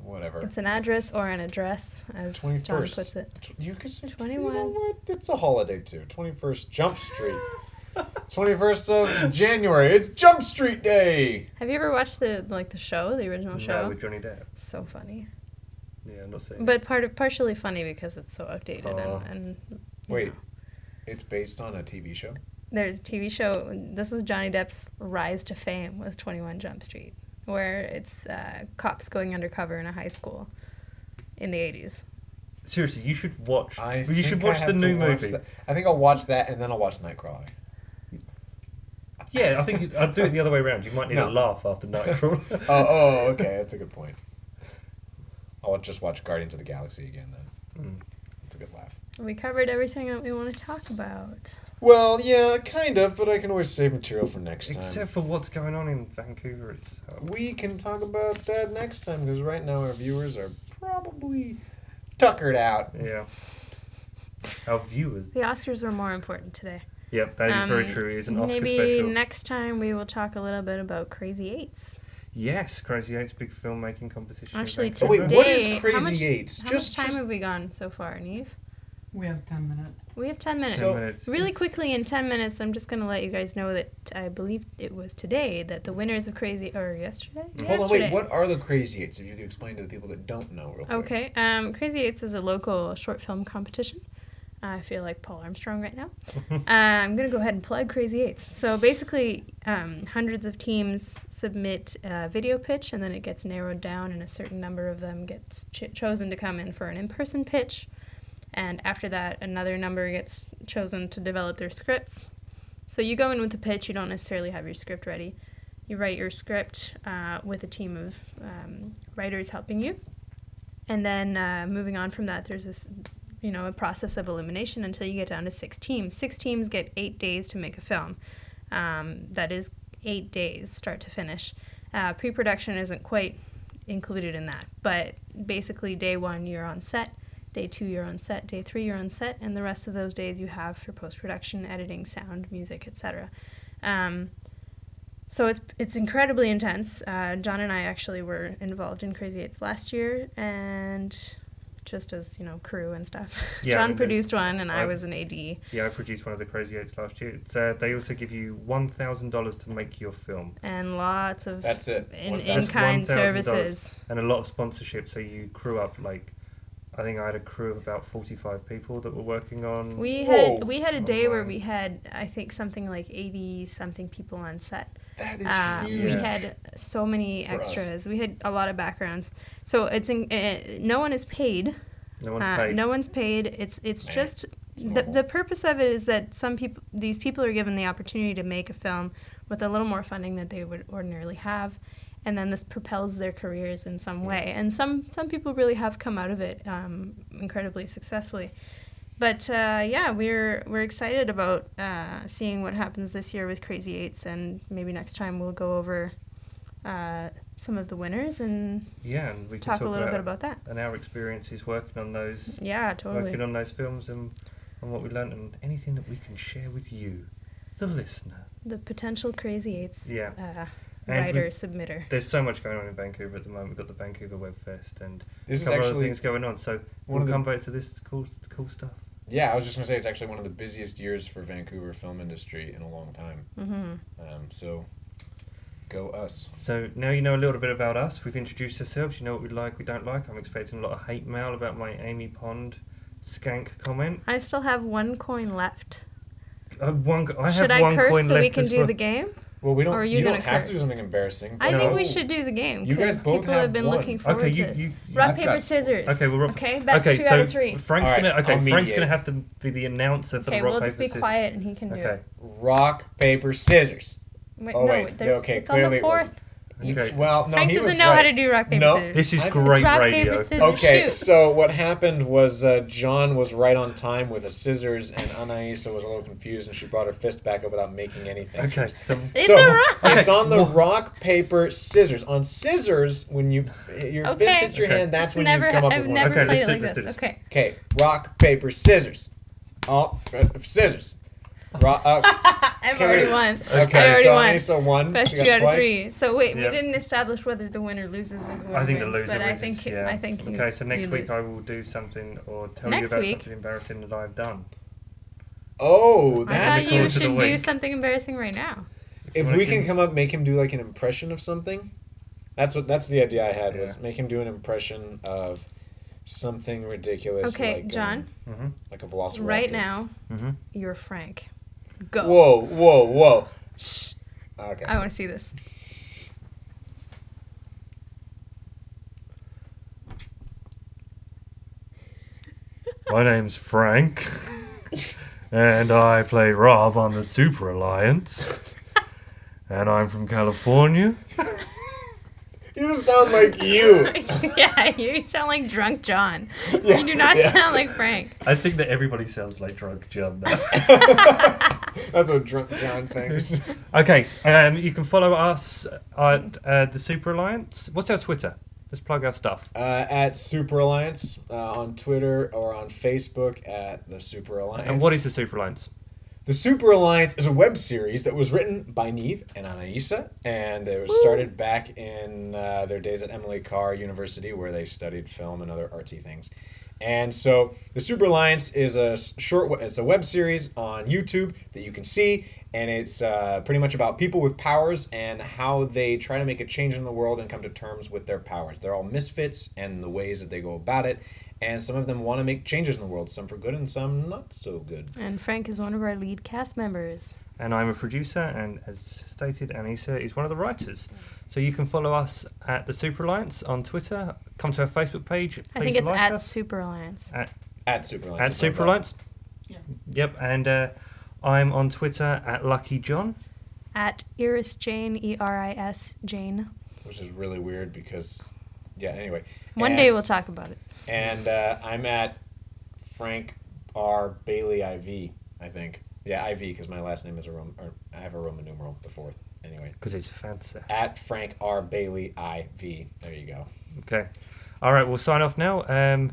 C: Whatever.
B: It's an address or an address, as John
C: 21st.
B: puts it.
C: Tw- You could say
B: 21.
C: You know what? It's a holiday too. Twenty first Jump Street. Twenty first of January. It's Jump Street Day.
B: Have you ever watched the like the show, the original
A: No,
B: show?
A: with Johnny Depp.
B: so funny,
A: Yeah, I'm not saying.
B: but part of, partially funny because it's so outdated
A: Oh.
B: and, and you
C: Wait,
B: know.
C: it's based on a TV show.
B: there's a TV show. This is Johnny Depp's rise to fame was 21 Jump Street, where it's uh, cops going undercover in a high school, in the 80s.
A: Seriously, you should watch.
C: I
A: you should
C: think I
A: watch
C: have
A: the
C: to
A: new
C: watch
A: movie.
C: that. I think I'll watch that and then I'll watch Nightcrawler.
A: Yeah, I think you- I'd do it the other way around. You might need a
C: No.
A: laugh after Nightcrawler.
C: oh, oh, okay, that's a good point. I'll just watch Guardians of the Galaxy again then.
A: Mm.
C: It's a good laugh.
B: We covered everything that we want to talk about.
C: Well, yeah, kind of, but I can always save material for next time.
A: Except for what's going on in Vancouver itself.
C: we can talk about that next time because right now our viewers are probably tuckered out.
A: Yeah. Our viewers.
B: The Oscars are more important today.
A: Yep, that is very
B: Um,
A: true. It is an Oscar
B: Maybe
A: special.
B: next time we will talk a little bit about Crazy Eights.
A: yes, Crazy Eight's big filmmaking competition. in
B: Actually,
A: Vancouver.
C: Oh, wait, what is
B: Today, how
C: Crazy
B: much-
C: Eights?
B: How
C: just,
B: much time
C: just-
B: have we gone so far, Neve?
D: We have 10 minutes.
B: We have 10 minutes.
A: Ten
C: So-
A: minutes.
B: Really quickly, in 10 minutes, I'm just going to let you guys know that I believe it was today that the winners of Crazy, or yesterday?
C: Hold on,
B: yesterday.
C: wait. What are the Crazy Eights? If you could explain to the people that don't know, real quick.
B: Okay. Um, Crazy Eights is a local short film competition. I feel like Paul Armstrong right now. uh, I'm going to go ahead and plug Crazy Eights. So basically, um, hundreds of teams submit a video pitch, and then it gets narrowed down, and a certain number of them gets ch- chosen to come in for an in person pitch. And after that, another number gets chosen to develop their scripts. So you go in with a pitch, you don't necessarily have your script ready. You write your script uh, with a team of um, writers helping you. And then uh, moving on from that, there's this, you know, a process of elimination until you get down to six teams. Six teams get eight days to make a film. Um, that is eight days, start to finish. Uh, Pre production isn't quite included in that, but basically, day one, you're on set. Day two, you're on set. Day three, you're on set, and the rest of those days you have for post-production, editing, sound, music, etc. Um, so it's it's incredibly intense. Uh, John and I actually were involved in Crazy Eights last year, and just as you know, crew and stuff.
A: Yeah,
B: John
A: and
B: produced one, and I
A: I-
B: was an AD.
A: Yeah, I produced one of the Crazy Eights last year. It's, uh, they also give you one thousand dollars to make your film,
B: and lots of
C: That's it.
B: in,
C: One
A: thousand-
B: in kind
A: $1,000.
B: services.
A: and a lot of sponsorship. So you crew up like, I think I had a crew of about forty-five people that were working on.
B: We
C: Whoa.
B: had we had a day where
A: Wow.
B: we had I think something like eighty something people on set.
C: That is
B: Uh,
C: huge.
B: we had so many
C: For us.
B: extras. We had a lot of backgrounds. So it's in, uh, no one is paid.
A: no one's
B: Uh,
A: paid.
B: No one's paid. It's it's
C: Man,
B: just
C: it's
B: the,
C: normal.
B: the purpose of it is that some people these people are given the opportunity to make a film with a little more funding that they would ordinarily have, and then this propels their careers in some way. And some some people really have come out of it um, incredibly successfully. But uh, yeah, we're we're excited about uh, seeing what happens this year with Crazy Eights, and maybe next time we'll go over uh, some of the winners and
A: yeah, and we can
B: talk, a little bit about that.
A: and our experiences working on those,
B: Yeah, totally.
A: working on those films, and and what we learned, and anything that we can share with you, the listener.
B: The potential Crazy Eights
A: Yeah.
B: uh,
A: And
B: writer
A: we-
B: submitter.
A: There's so much going on in Vancouver at the moment. We've got the Vancouver Web Fest and
C: This
A: a
C: is
A: couple of other
C: actually
A: things going on. So
C: one
A: we'll
C: of the-
A: come back to this cool, cool stuff.
C: Yeah, I was just gonna say it's actually one of the busiest years for Vancouver film industry in a long time.
B: Mm-hmm.
C: Um, so, go us.
A: So now you know a little bit about us. We've introduced ourselves. You know what we like, we don't like. I'm expecting a lot of hate mail about my Amy Pond skank comment.
B: I still have one coin left.
A: I have one, I have
B: Should I
A: one
B: curse
A: coin
B: so
A: left
B: we can
A: as
B: do
A: well.
B: the game?
C: Well, we don't.
B: Or are you
C: you don't
B: gonna
C: have to do
B: curse?
C: something embarrassing.
B: I think we
A: No.
B: should do the game
C: You guys
B: because
C: both
B: people have,
C: have
B: been
C: one.
B: looking forward
A: Okay,
B: to
A: you-
B: this.
A: you- you-
B: Rock
C: I've
B: paper
C: got-
B: scissors.
A: Okay, well, rock-
B: okay, that's
A: okay,
B: two
A: so
B: out of three.
A: Frank's
C: All right,
A: gonna okay.
C: I'll
A: Frank's
C: mediate.
A: gonna have to be the announcer for
B: okay,
A: the rock
B: we'll
A: paper
B: just be
A: scissors.
B: quiet and he can do
A: Okay.
B: it.
C: Rock paper scissors.
B: Wait,
C: Oh,
B: no,
C: wait,
B: there's,
C: okay,
B: it's on the
C: clearly it wasn't.
B: fourth.
C: You-
A: Okay.
C: Well, no,
B: Frank
C: he was
B: doesn't know how
C: right.
B: to do rock paper
C: No,
B: scissors.
A: This is
C: I think it's
A: great
B: it's rock
A: radio.
B: paper scissors
C: Okay,
B: shoot.
C: so what happened was uh, John was right on time with a scissors, and Anaisa was a little confused, and she brought her fist back up without making anything.
A: Okay, so
B: It's
C: so,
B: a rock.
C: It's on the
A: Okay.
C: rock, paper, scissors. On scissors, when you your
B: Okay.
C: fist hits your
A: Okay.
C: hand, that's
B: It's
C: when
B: never,
C: you come up
B: I've
C: with one.
B: never
A: Okay,
B: played
A: let's
B: it
A: do-
B: like
A: let's
B: this.
A: do this.
B: Okay.
C: Okay, rock, paper, scissors. All uh, scissors. Rock, uh,
B: I've
C: Can we-
B: already won.
A: Okay,
B: I
C: okay,
B: already
C: so
B: won.
C: Anissa won.
B: Best
C: She
B: two
C: got
B: out of
C: twice.
B: three. So wait,
A: Yep.
B: we didn't establish whether the winner loses or whoever
A: I think the
B: wins,
A: loser
B: but
A: wins.
B: I think
A: yeah.
B: I think you,
A: okay, so next
B: you
A: week
B: lose.
A: I will do something or tell
B: Next
A: you about
B: week?
A: something embarrassing that I've done.
C: Oh,
B: I
C: that's
B: thought
A: the
B: you
A: course of the
B: should do
A: week.
B: something embarrassing right now.
A: you
C: if
A: wanna
C: we
A: give-
C: can come up, make him do like an impression of something. That's what. That's the idea I had was
A: Yeah.
C: make him do an impression of something ridiculous.
B: Okay,
C: like, um,
B: John.
A: Mhm.
C: like a velociraptor.
B: Right now,
A: Mhm.
B: you're Frank. Go.
C: Whoa, whoa, whoa. Shh. Okay.
B: I want to see this.
A: My name's Frank, and I play Rob on the Super Alliance, and I'm from California.
C: You sound like you.
B: yeah, you sound like drunk John.
C: Yeah,
B: you do not
C: yeah.
B: sound like Frank.
A: I think that everybody sounds like drunk John now.
C: That's what drunk John thinks.
A: okay, um, you can follow us at uh, the Super Alliance. What's our Twitter? Let's plug our stuff.
C: Uh, at Super Alliance uh, on Twitter or on Facebook at the Super Alliance.
A: And what is the Super Alliance?
C: The Super Alliance is a web series that was written by Neve and Anaïsa, and it was started back in uh, their days at Emily Carr University, where they studied film and other artsy things. And so, the Super Alliance is a s- short, we- it's a web series on YouTube that you can see, and it's uh, pretty much about people with powers and how they try to make a change in the world and come to terms with their powers. They're all misfits and the ways that they go about it, and some of them want to make changes in the world, some for good and some not so good.
B: And Frank is one of our lead cast members.
A: and I'm a producer, and as stated, Anissa is one of the writers. So you can follow us at the Super Alliance on Twitter. Come to our Facebook page.
B: I
A: Please
B: think it's
A: like
B: at
A: us.
B: Super Alliance.
C: At Super Alliance.
A: at
C: that's what I
A: Super
C: thought.
A: Alliance.
D: Yeah.
A: Yep, and uh, I'm on Twitter at Lucky John.
B: At Iris Jane, E R I S Jane.
C: which is really weird because, yeah. Anyway,
B: One
C: and,
B: day we'll talk about it.
C: And uh, I'm at Frank R Bailey IV. I think. Yeah, IV because my last name is a Roman. Or I have a Roman numeral, the fourth. Anyway,
A: Because it's fancy.
C: at Frank R Bailey IV. There you go.
A: Okay. All right, we'll sign off now. Um,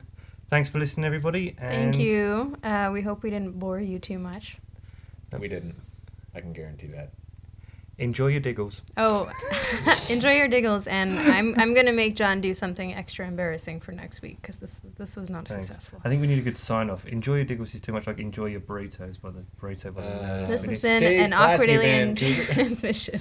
A: thanks for listening, everybody. And
B: Thank you. Uh, we hope we didn't bore you too much.
C: We didn't. I can guarantee that.
A: Enjoy your diggles.
B: Oh, enjoy your diggles, and I'm I'm gonna make John do something extra embarrassing for next week because this this was not
A: Thanks.
B: successful.
A: I think we need a good sign off. Enjoy your diggles is too much like enjoy your burritos by the burrito by the
C: Uh,
B: This
C: But
B: has
C: stay
B: been an awkward
C: classy,
B: alien
C: Vancouver.
B: transmission.